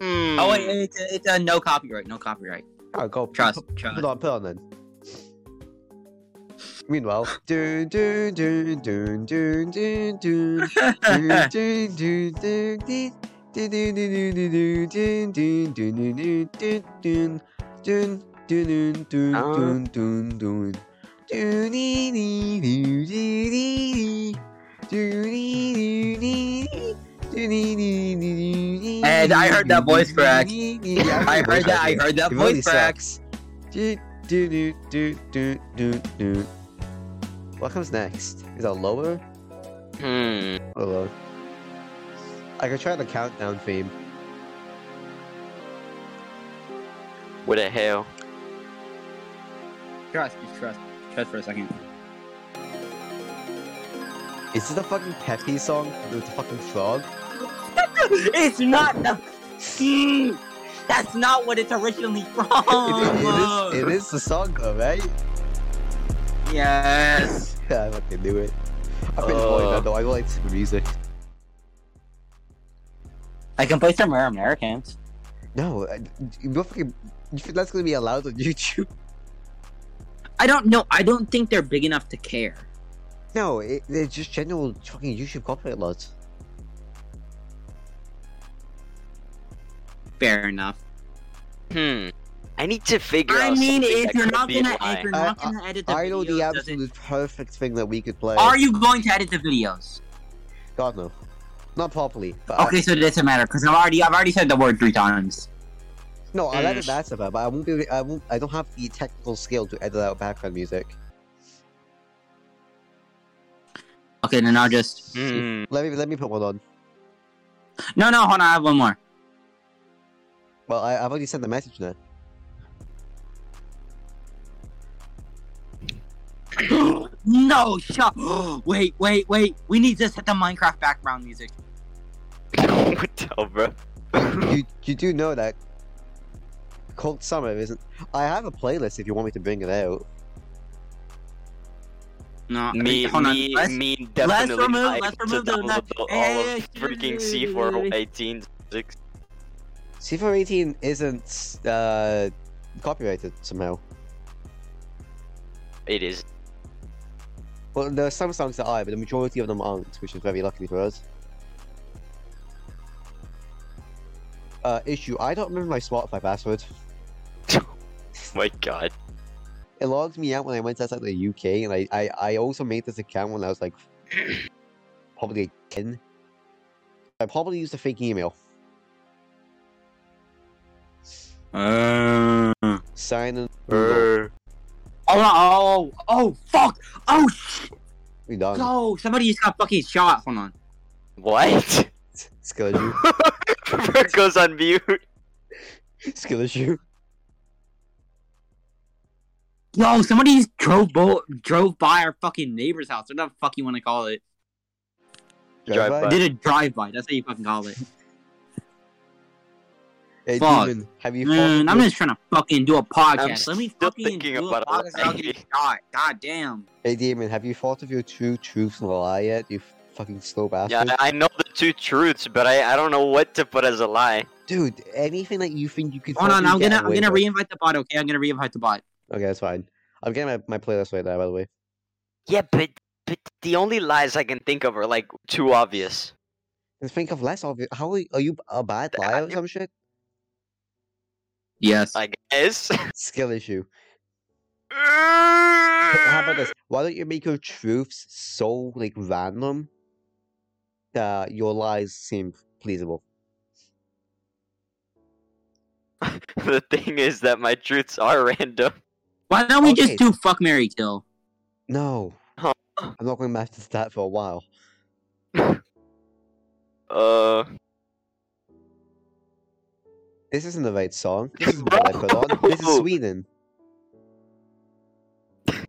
Hmm. Oh, wait, it's a, it's a no copyright. No copyright. Oh, go Trust. Put Trust. on, put on then. Meanwhile, dun dun dun dun dun dun dun. I And I heard that voice crack. I heard that. I heard that It really voice crack. sucks. What comes next? Is that lower? Hmm. Hold on. Oh, I could try the countdown theme. What the hell? Trust. Just trust. Trust for a second. Is this the fucking Peppy song with the fucking frog? it's not the. Mm, That's not what it's originally from. It- it, is, it is the song though, right? Yes. I fucking knew it. I've Oh. been annoyed Uh. that though. I like the music. I can play some rare Americans. No, I- you don't fucking. You think that's gonna be allowed on YouTube? I don't know. I don't think they're big enough to care. No, it, it's just general fucking YouTube copyright laws. Fair enough. Hmm. I need to figure I out. mean, something if that you're could not be gonna, lying. if you're I- not gonna edit the I know the videos, does it- absolute perfect thing that we could play. are you going to edit the videos? God no, not properly. But I, Okay, so it doesn't matter because I've already, I've already said the word three times. no, I edit Mm. that stuff out, but I won't be. I won't. I don't have the technical skill to edit out background music. Okay, then I'll just. Hmm. Let me let me put one on. No, no, hold on. I have one more. Well, I, I've already sent the message now. no, shut. wait, wait, wait. We need to set the Minecraft background music. what the hell, bro? You you do know that Cold Summer isn't. I have a playlist if you want me to bring it out. No, me, hold me, on. Let's- me, definitely. remove- not let's able remove to the- download that- the- all Hey, hey, of hey, freaking shh, C hey, hey, four hey. eighteen six. C418 isn't uh, copyrighted somehow. It is. Well, there are some songs that are, but the majority of them aren't, which is very lucky for us. Uh, issue: I don't remember my Spotify password. My God. It logged me out when I went outside the UK, and I, I, I also made this account when I was like probably ten. I probably used a fake email. Uh... Sign in. Google. Brr. Oh, no, oh, oh, fuck! Oh, sh- We done. no! Somebody just got fucking shot. Hold on. What? Skill issue. Brr goes on mute. Skill issue. Yo, somebody just drove bo- drove by our fucking neighbor's house. What the fuck you want to call it? Drive Drive-by. by. Did a drive by. That's how you fucking call it. Hey, Fuck. Demon, have you Man, fallen Mm, I'm through- just trying to fucking do a podcast. Let I'm me still fucking thinking do a about it, podcast without like- getting shot. God damn. Hey, Demon, have you thought of your true truth and a lie yet? You fucking slow Yeah, bastard. I know the two truths, but I, I don't know what to put as a lie. Dude, anything that you think you could. Hold on, fucking I'm get gonna I'm away gonna with- reinvite the bot. Okay, I'm gonna reinvite the bot. Okay, that's fine. I'm getting my, my playlist right now, by the way. Yeah, but but the only lies I can think of are like too obvious. And think of less obvious. How are you, are you a bad liar or some shit? Yes. I guess. Skill issue. How about this? Why don't you make your truths so like random that your lies seem pleasable? the thing is that my truths are random. Why don't we Okay. just do fuck Mary Kill? No. Huh. I'm not going back to that for a while. Uh, This isn't the right song. This isn't what I put on. This is Bro. Sweden. The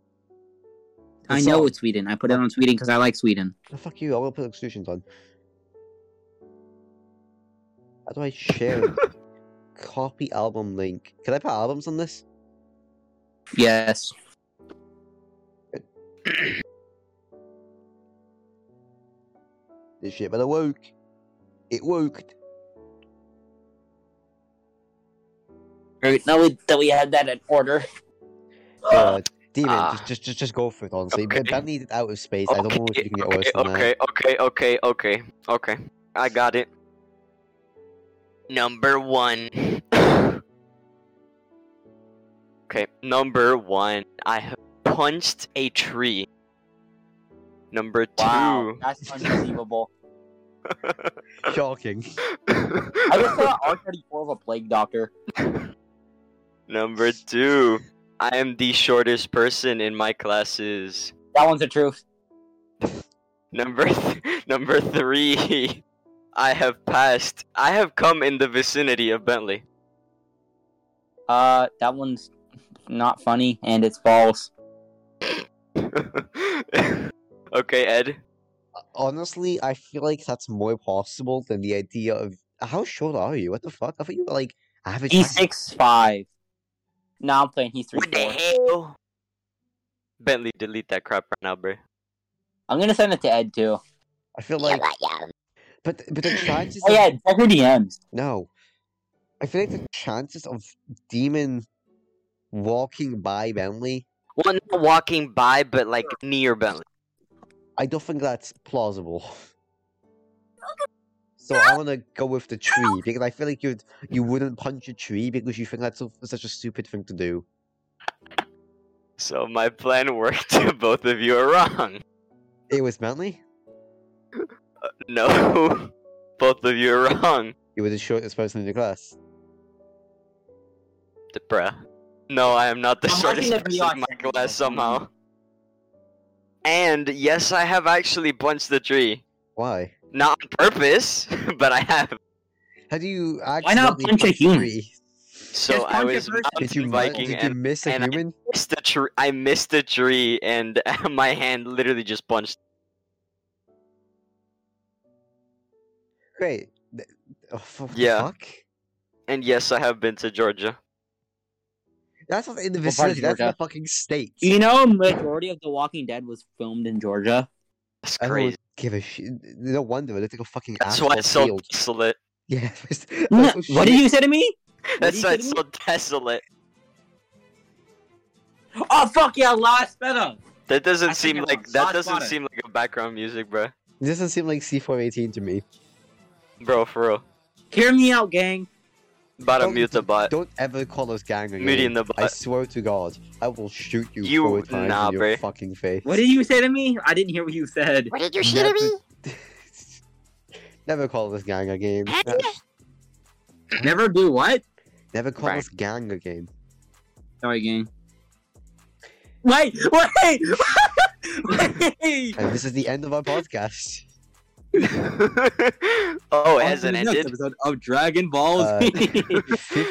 I know song. it's Sweden. I put it on Sweden because I like Sweden. Oh, fuck you, I will put extrusions on. How do I share? Copy album link. Can I put albums on this? Yes. This shit, but it woke. It worked. Alright, now we, that we had that in order. God. Demon, Ah. just, just just just go for it, honestly. Okay. But that needed out of space. I don't know if okay, you can get okay, worse than okay, okay, okay, okay, okay. I got it. Number one. okay, number one. I have punched a tree. Number two. Wow, that's unbelievable. that. Shocking. I just saw R34 of a plague doctor. Number two. I am the shortest person in my classes. That one's the truth. Number th- number three. I have passed. I have come in the vicinity of Bentley. Uh, that one's not funny and it's false. okay, Ed. Honestly, I feel like that's more possible than the idea of how short are you? What the fuck? I thought you were like average. He's six five. Now I'm playing. He's three four. hell? Bentley, delete that crap right now, bro. I'm gonna send it to Ed too. I feel like, but but the chances. Oh of- yeah, check her DMs. No. I feel like the chances of Demon walking by Bentley, Well, not walking by, but like near Bentley. I don't think that's plausible. So I want to go with the tree because I feel like you you wouldn't punch a tree because you think that's so- such a stupid thing to do. So my plan worked. Both of you are wrong. It was Bentley. No, both of you are wrong. You were the shortest person in the class. D- Bruh. No, I am not the I'm liking shortest the person in Beyonce my class video, come on. somehow. And yes, I have actually punched the tree. Why? Not on purpose, but I have. How do you accidentally not punch a human? tree? So Just I punch a was person. Did mountain you mu- biking did and you miss a and I- human? missed the tree. I missed the tree, and my hand literally just punched. Great. Th- oh, f- what the Yeah. Fuck? And yes, I have been to Georgia. That's not in the What part of vicinity. That's in the Georgia? fucking state. You know, majority of The Walking Dead was filmed in Georgia. That's I crazy. don't give a shit. No wonder they took a fucking That's asphalt why it's so field. desolate. Yeah. that's- No, that's so what did shit. you say to me? What That's did why you it's say so desolate. to me? Oh fuck yeah, last better. That doesn't I think seem I like won. that Last doesn't water. seem like a background music, bro. This doesn't seem like C418 to me. Bro, for real. Hear me out, gang. Bottom Don't- mute the bot. Don't ever call us gang again. Muting the I bot. swear to God, I will shoot you, Uh, You- four times nah, in your bruh. fucking face. What did you say to me? I didn't hear what you said. What did you say to me? Never call us gang again. Never do what? Never call Right. us gang again. Sorry, gang. Wait, wait, wait. And this is the end of our podcast. oh, it hasn't ended. episode of Dragon Ball Uh, Z. 58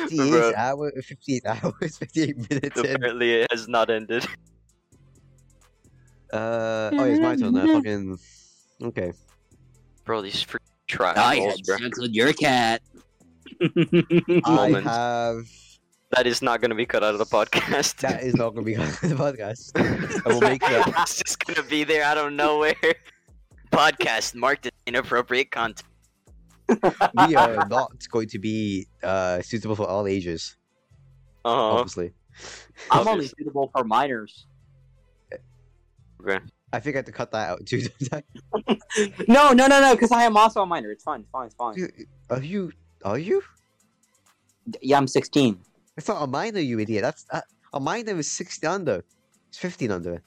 Bruh. hours, 58 hours, 58 minutes in. Apparently, it has not ended. Uh, oh, yeah, it's my turn now. Fucking. Okay. Bro, these free I triangles, had bro. sex with your cat. I Moment. have. That is not gonna be cut out of the podcast. That is not going to be on the podcast. I will make that. it's just gonna be there out of nowhere. Podcast marked as inappropriate content. we are not going to be uh, suitable for all ages, Uh huh. obviously. I'm only suitable for minors. I think I have to cut that out too. don't I? No, no, no, no, because I am also a minor. It's fine, it's fine, it's fine. You- are you? Are you? Yeah, I'm 16. That's not a minor, you idiot. That's uh, A minor is 16 under. It's 15 under.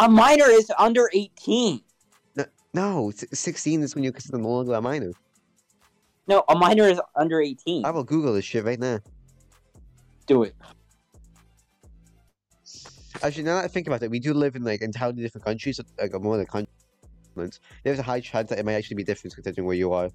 A minor is under 18. No, it's 16 is when you're considered no longer a minor. No, a minor is under 18. I will Google this shit right now. Do it. Actually, now that I think about it, we do live in like entirely different countries, like more than continents. There's a high chance that it might actually be different considering where you are.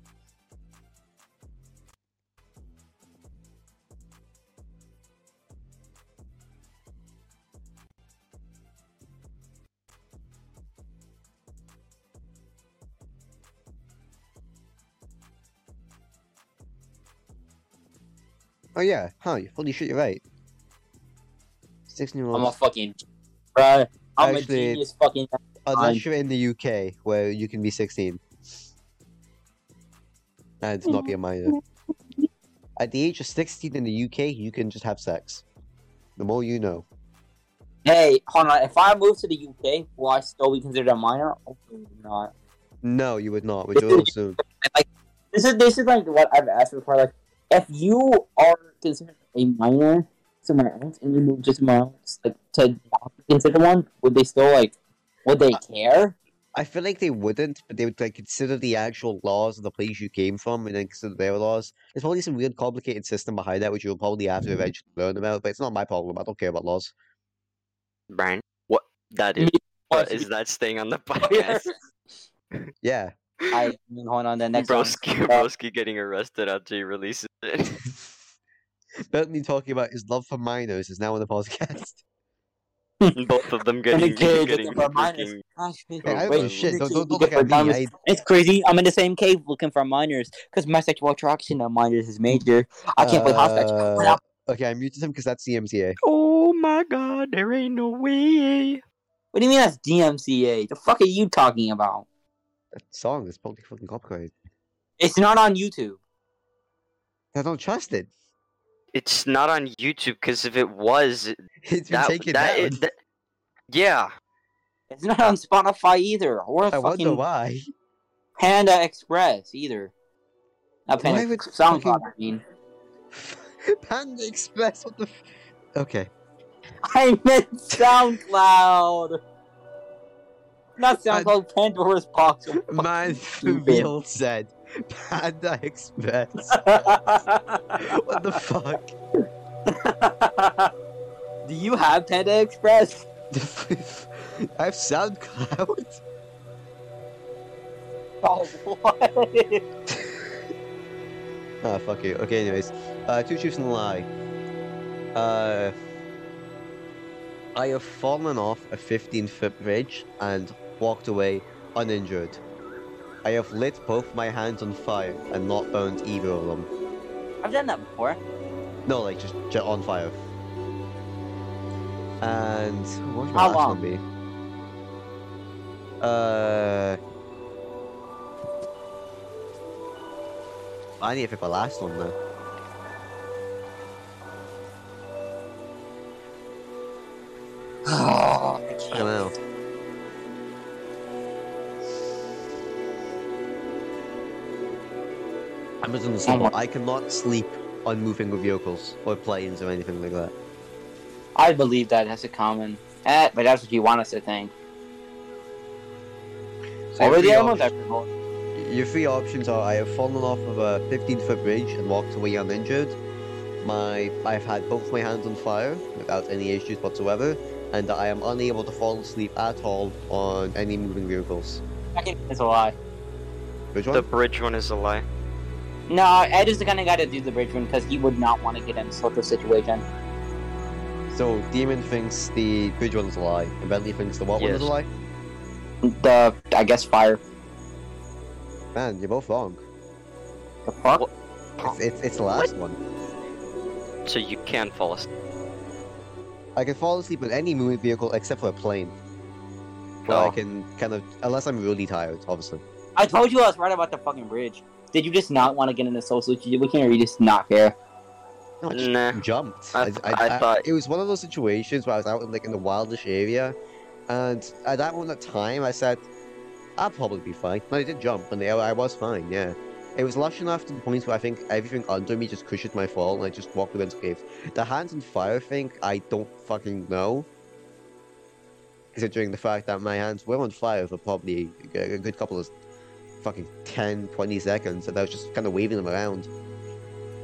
Oh yeah, huh? Holy shit, you're right. Sixteen year I'm a olds. fucking. Bruh. I'm Actually- a genius fucking. fine. Unless you're in the UK, where you can be sixteen and not be a minor. At the age of sixteen in the UK, you can just have sex. The more you know. Hey, hold on. If I move to the UK, will I still be considered a minor? Hopefully not. No, you would not. Which will soon. This is this is like what I've asked before. Like, if you are considered a minor somewhere else and you move to somewhere else, like to not be considered one, would they still like? Would they care? I feel like they wouldn't, but they would like consider the actual laws of the place you came from, and then consider their laws. There's probably some weird, complicated system behind that, which you'll probably have to eventually learn about. But it's not my problem. I don't care about laws. Brian, what that is? Me- What is that staying on the podcast? Yeah. I mean, hold on. The next one. Broski, Broski getting arrested after he releases it. Bentley talking about his love for minors is now on the podcast. Both of them And getting, again, getting looking for minors. freaking- Gosh, man. Hey, I don't Wait, know shit. looking- Don't, don't, don't look looking at for me. minors. I, It's crazy. I'm in the same cave looking for minors because my sexual attraction to minors is major. I can't play house match. Uh, okay, I muted him because that's the MTA. Oh my god, there ain't no way. What do you mean that's DMCA? The fuck are you talking about? That song is probably fucking copyrighted. It's not on YouTube. I don't trust it. It's not on YouTube because if it was, It's been that, taken that, down. is- that- yeah. It's not on Spotify either, or I wonder fucking why. Panda Express either. Not Why Panda would SoundCloud. fucking- I mean, Panda Express. What the? F- okay. I meant SoundCloud. Not SoundCloud. Pandora's box. Man stupid. revealed said Panda Express. what the fuck? Do you have Panda Express? I have SoundCloud. Oh, what? Ah, fuck you. Okay, anyways. Uh, two truths and a lie. Uh, I have fallen off a 15 foot bridge and walked away uninjured. I have lit both my hands on fire and not burned either of them. I've done that before. No, like just, just on fire. And what was my How last one long? be? Uh, I need to pick my last one now. I don't know. I'm just gonna sleep. Someone- I cannot sleep on moving with vehicles or planes or anything like that. I believe that that's a common. Eh, but that's what you want us to think. So What your were the three other ones? I options- forgot. Your three options are: I have fallen off of a 15-foot bridge and walked away uninjured. My, I've had both my hands on fire without any issues whatsoever, and I am unable to fall asleep at all on any moving vehicles. Second is a lie. Which The one? bridge one is a lie. No, Ed is the kind of guy to do the bridge one because he would not want to get in such a situation. So Demon thinks the bridge one's a lie, and Bentley thinks the what one is a Yes. lie. The I guess fire. Man, you're both wrong. The fuck? What? It's, it's, it's the last one. So you can fall asleep. I can fall asleep in any moving vehicle except for a plane. Where I Oh, can kind of, unless I'm really tired, obviously. I told you I was right about the fucking bridge. Did you just not want to get in a social situation, or you just not care? No, I just nah. jumped. I th- I thought- it was one of those situations where I was out in like in the wildish area, and at that moment of time, I said, "I'll probably be fine." And I did jump, and I, I was fine. Yeah, It was lush enough to the point where I think everything under me just cushioned my fall, and I just walked away unscathed. The hands on fire thing, I don't fucking know. Considering the fact that my hands were on fire for probably a a good couple of fucking 10, 20 seconds, and I was just kind of waving them around.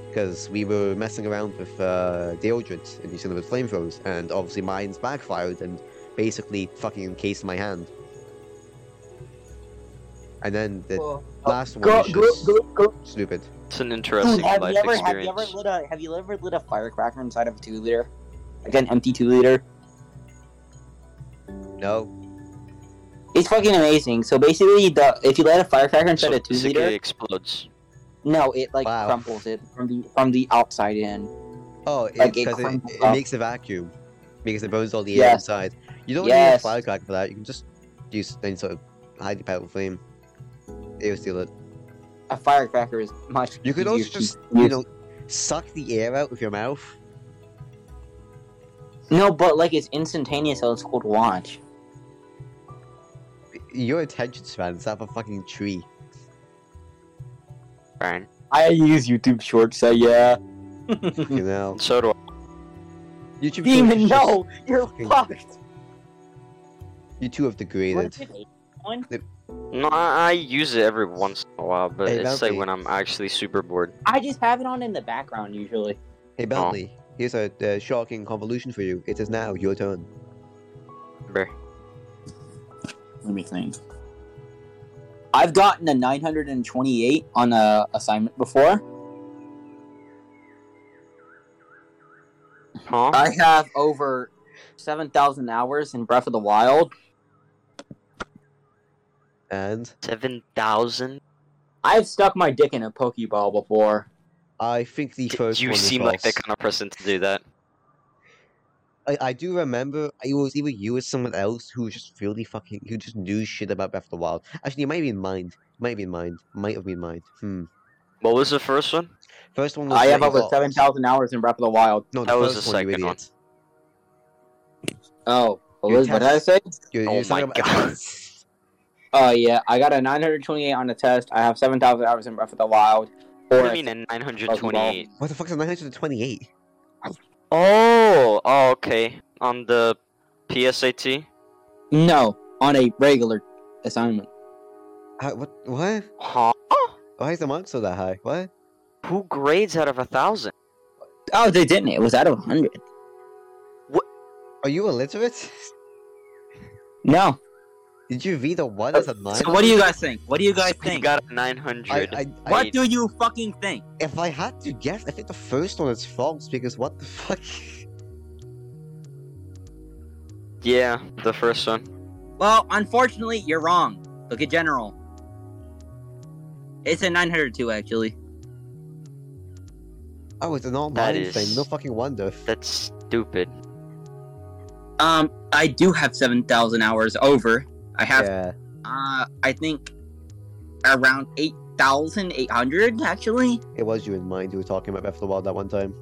Because we were messing around with uh, deodorant and using them as flamethrowers, and obviously mine's backfired and basically fucking encased my hand. And then the Cool. last one Go, was go, just go, go. stupid. It's an interesting have, life you ever, have you ever experience. lit a Have you ever lit a firecracker inside of a two liter, like an empty two liter? No, It's fucking amazing. So basically, the if you light a firecracker inside So a two basically liter, explodes. no, it like Wow. crumples it from the from the outside in. oh, it's Like, it 'cause it, crumbles it, up. makes a vacuum because it burns all the air Yes. inside. You don't need a Yes. firecracker for that. You can just use any sort of highly powerful flame. It'll steal it. A firecracker is much. You could easier also to just use. you know suck the air out with your mouth. No, but like it's instantaneous, so it's cool to watch. Your attention span is up a fucking tree. Right. I use YouTube Shorts, so yeah. You know, So do I. YouTube. Hmm. Demon, Shorts is no, you're fucking- fucked. just- You two have What degraded. is it, one? No, I I use it every once in a while, but Hey, it's like Valkyrie. when I'm actually super bored. I just have it on in the background usually. Hey Bentley, here's a uh, shocking convolution for you. It is now your turn. Bruh. Let me think. I've gotten a 928 on a assignment before. Huh? I have over 7,000 hours in Breath of the Wild. And Seven thousand. I've stuck my dick in a Pokeball before. I think the first You one is seem like the false. kind of person to do that. I, I do remember it was either you or someone else who was just really fucking who just knew shit about Breath of the Wild. Actually, it might have been mine. Might have been mine. Might have been mine. Hmm. What was the first one? First one was I that have you over got- 7,000 hours in Breath of the Wild. No, that the was first the one, you second one. idiot. Oh, what, Your was, what did I say? You're, Oh you're talking my about- God. Oh yeah, I got a 928 on the test. I have 7,000 hours in Breath of the Wild. What Or do you mean a nine hundred twenty-eight? What the fuck is 928? Oh, oh, okay. On the PSAT. no, on a regular assignment. How, Uh, what? What? Huh? Why is the mark so that high? What? Who grades out of a thousand? Oh, they didn't. It was out of 100. Are you illiterate? No. Did you read a one as a nine? So what do you guys think? What do you guys You think? got a nine I, hundred. I, I, What do you fucking think? if I had to guess, I think the first one is false because what the fuck? Yeah, the first one. Well, unfortunately, you're wrong. Look at general. It's a 902 actually. Oh, it's an all That mine thing. No is- fucking wonder. That's stupid. Um, I do have 7,000 hours over. I have Yeah. uh, I think around 8,800 actually. It was you in mind who were talking about Breath of the Wild that one time.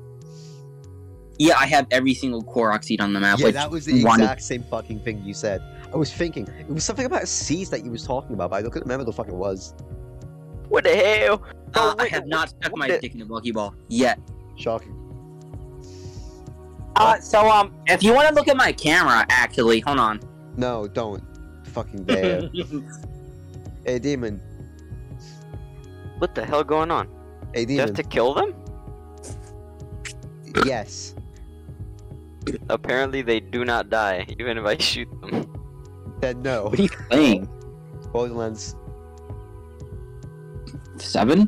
Yeah, I have every single Korok seed on the map. Yeah, which that was the one- exact same fucking thing you said. I was thinking it was something about seas that you was talking about, but I couldn't remember what the fuck it was. What the hell? Uh, Oh, I wait, have not stuck my what dick in a Pokeball yet. Shocking. Uh, so um, if you want to look at my camera, actually, hold on. No, don't fucking dare. hey demon. What the hell going on? Hey Do you have demon. to kill them? Yes. Apparently they do not die, even if I shoot them. Then no. What are you playing? Borderlands. Seven?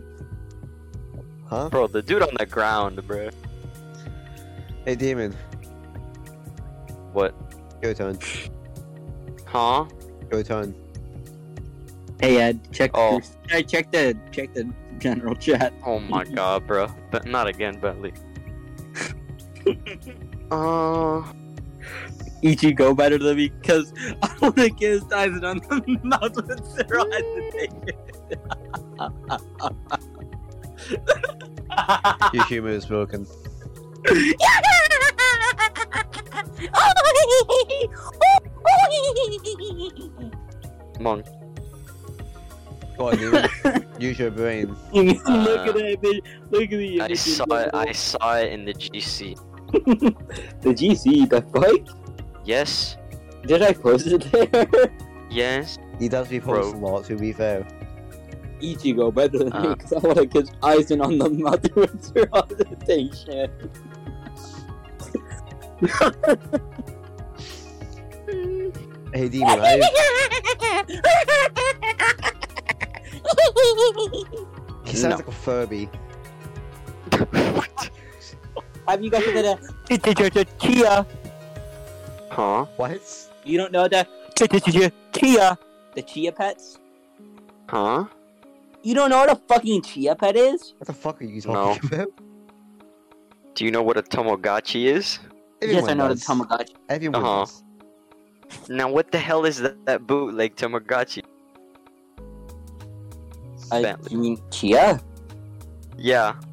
Huh? Bro, the dude on the ground, bro. Hey demon. What? Your turn. Huh? Your turn. Hey Ed, check. Oh. Hey, check the check the general chat. Oh my god, bro. But not again, Bentley. uh, Ichigo better than me because I want to kiss Tyson on the mouth with zero hesitation. Your humor is broken. monk. Go on, demon. Use your brain. look Uh, at that bitch. Look at the. I images, saw bro. it. I saw it in the GC. the GC. The fuck? Yes, Did I post it there? yes. He does be Bro. posting a lot, to be fair. Ichigo better than me Uh. because I want to catch Aizen on the mouth after all the thing shit. Hey, Demon, I, he sounds No. like a Furby. Have you guys heard of the Chia? huh? What? You don't know the Chia? The Chia pets? Huh? You don't know what a fucking Chia pet is? What the fuck are you talking about? Do you know what a Tomogachi is? yes, I Everyone know does. the Tamagotchi. Everyone Uh-huh. does. Now, what the hell is that, that bootleg Tomogachi? I Bentley. you mean Chia? Yeah.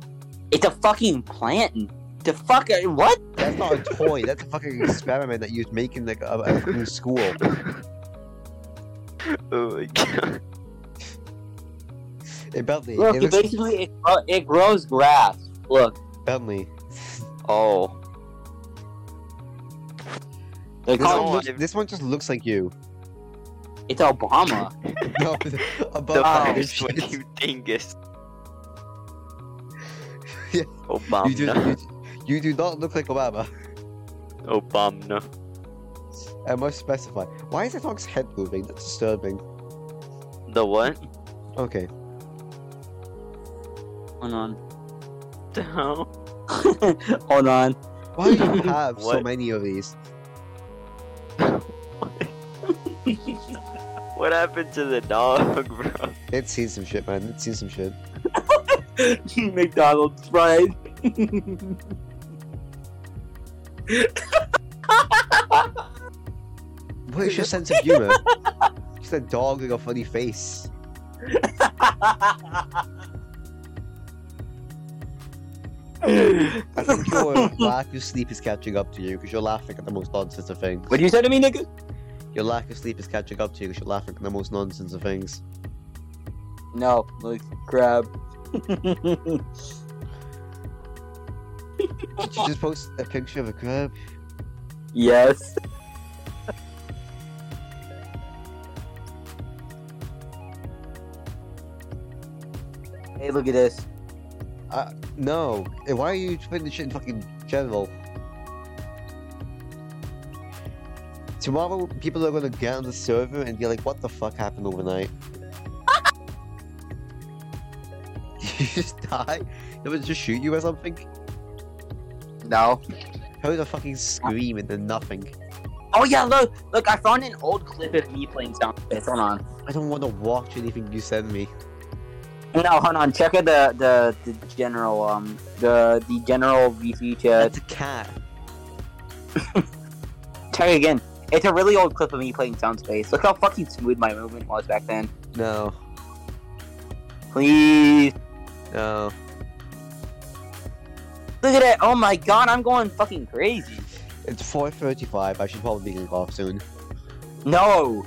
It's a fucking plant. The fuck? What? That's not a toy. That's a fucking experiment that you was making like a, a, in school. Oh my god. Hey, Bentley, Look, it it looks, basically it, grow- it grows grass. Look, Bentley. Oh. they This, No, one call looks, I've- this one just looks like you. it, it's Obama. No, above The that, first one, it's- you dingus. Yeah. Obama. you, do, you, you do not look like Obama. Obama. I must specify. Why is the dog's head moving? That's disturbing. The what? Okay. Hold on. The hell? Hold on. Why do you have so What? many of these? What happened to the dog, bro? It's seen some shit, man. It's seen some shit. McDonald's fries. What is your sense of humor? Just a dog with a funny face. I think your lack of sleep is catching up to you because you're laughing at the most nonsense of things. what do you say to me, nigga? Your lack of sleep is catching up to you because you're laughing at the most nonsense of things. No, like crab. Did you just post a picture of a crab? yes. Hey, look at this. No. Eh, Why are you putting the shit in fucking general? Tomorrow, people are gonna get on the server and be like, "What the fuck happened overnight?" Did you just die? Did it just shoot you or something? No. Heard a fucking scream and then nothing. Oh yeah, look, look. I found an old clip of me playing sound. Wait, Hold on. I don't want to watch anything you send me. No, hold on. Check out the the, the general um the the general VC chat. That's a cat. Check again. It's a really old clip of me playing Soundspace. Look how fucking smooth my movement was back then. No, Please. no. Look at it. Oh my god, I'm going fucking crazy. It's 4:35. I should probably be getting off soon. No.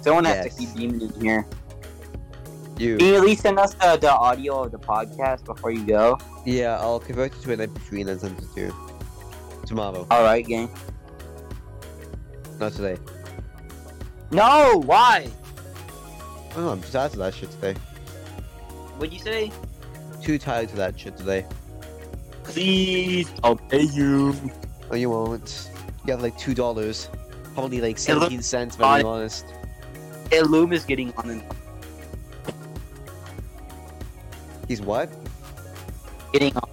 Someone has Yes. to keep Demon in here. You. Can you at least send us the, the audio of the podcast before you go? Yeah, I'll convert it to an MP3 and then send it to you. Tomorrow. Alright, gang. Not today. No, why? Oh, I'm too tired of that shit today. What'd you say? Too tired of that shit today. Please, I'll pay you. Oh, you won't. You have like two dollars, probably like It looks seventeen cents, if I'm fine. being honest. Illum is getting on and He's what? getting on.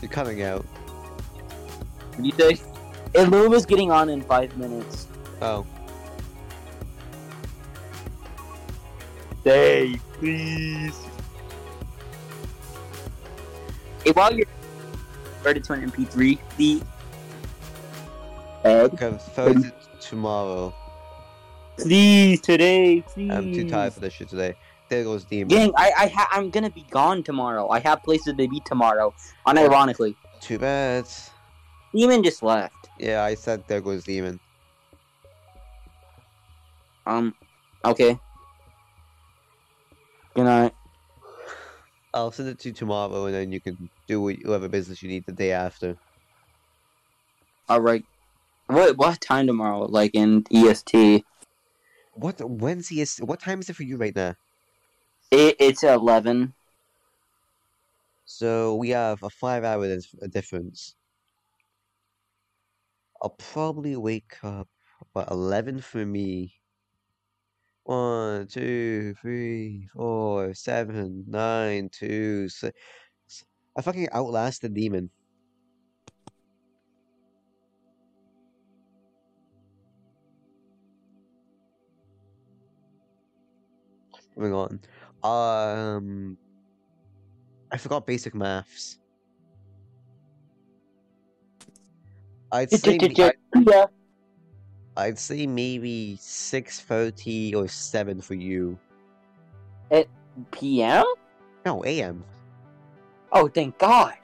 You're coming out. What do you say? Illum is getting on in five minutes. Oh, Stay, please. Hey, while you're converted to an MP3, the Ed, convert it tomorrow. please today, please. I'm too tired for this shit today. There goes Demon. Gang, I, I ha- I'm gonna be gone tomorrow. I have places to be tomorrow. Unironically, Too bad. Demon just left. Yeah, I said there goes Demon. Um, okay. Good night. I'll send it to you tomorrow, and then you can do what- whatever business you need the day after. All right. What what time tomorrow? Like in E EST? What when's he is? What time is it for you right now? It, it's at eleven. So we have a five-hour dis- difference. I'll probably wake up about eleven for me. One, two, three, four, seven, nine, two, six. I fucking outlast the demon. Moving on. Um, I forgot basic maths. I'd say me- I- Yeah. I'd say maybe six thirty or seven for you. PM? No, AM. Oh, thank God.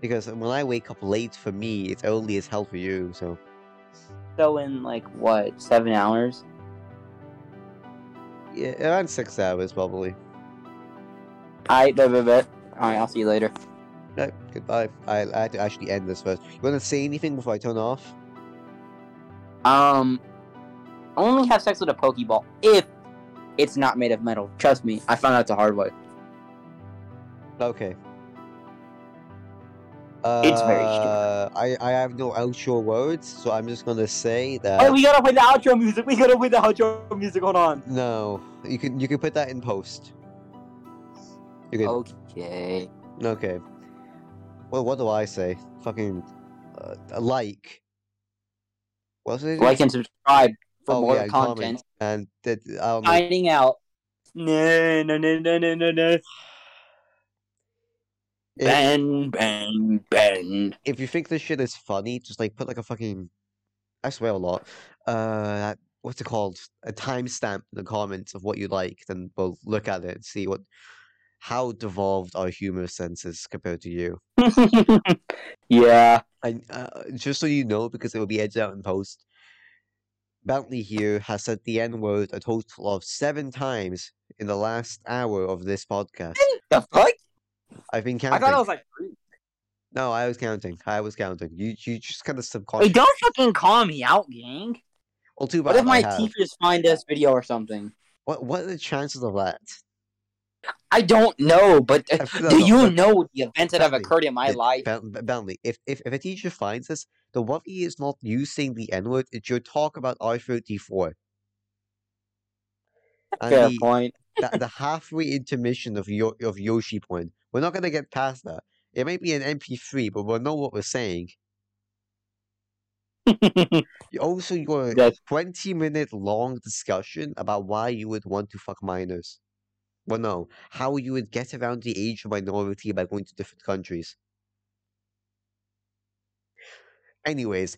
Because when I wake up late for me, it's early as hell for you. So So in like what seven hours? yeah, around six hours probably. I bet bet bet. All right, I'll see you later. No, goodbye. I, I had to actually end this first. You want to say anything before I turn off? Um, only have sex with a Pokeball if it's not made of metal. Trust me, I found out the hard way. Okay. Uh, It's very I, I have no outro words, so I'm just gonna say that. Oh, we gotta play the outro music. We gotta play the outro music. Hold on. No, you can you can put that in post. You can. Okay. Okay. Well, what do I say? Fucking uh, a like. What's it? Like and subscribe for Oh, more yeah, comment. content. And um, that I don't know. Signing out. No, no, no, no, no, no, no. If, Ben, Ben, Ben. if you think this shit is funny, just like put like a fucking. I swear a lot. Uh, what's it called? A timestamp in the comments of what you liked, and we'll look at it and see what how devolved our humor sense is compared to you. yeah. And uh, just so you know, because it will be edged out in post, Bentley here has said the N word a total of seven times in the last hour of this podcast. The fuck? I've been I counting. thought I was like. three. No, I was counting. I was counting. You, you just kind of subconscious. Wait, don't fucking call me out, gang. Well, too bad. What if my I have. teachers find us video or something? What What are the chances of that? I don't know, but uh, I feel do no, you but- know the events that have Bentley, occurred in my It- life? Ben- Ben- Bentley, if, if if a teacher finds us, the worry is not you saying the N word; it's your talk about R thirty four. And Fair the- point. that the halfway intermission of Yo- of Yoshi Point. We're not gonna get past that. It might be an MP3, but we'll know what we're saying. You- Also, your That's- twenty minute long discussion about why you would want to fuck minors. Well, no, how you would get around the age of minority by going to different countries. Anyways,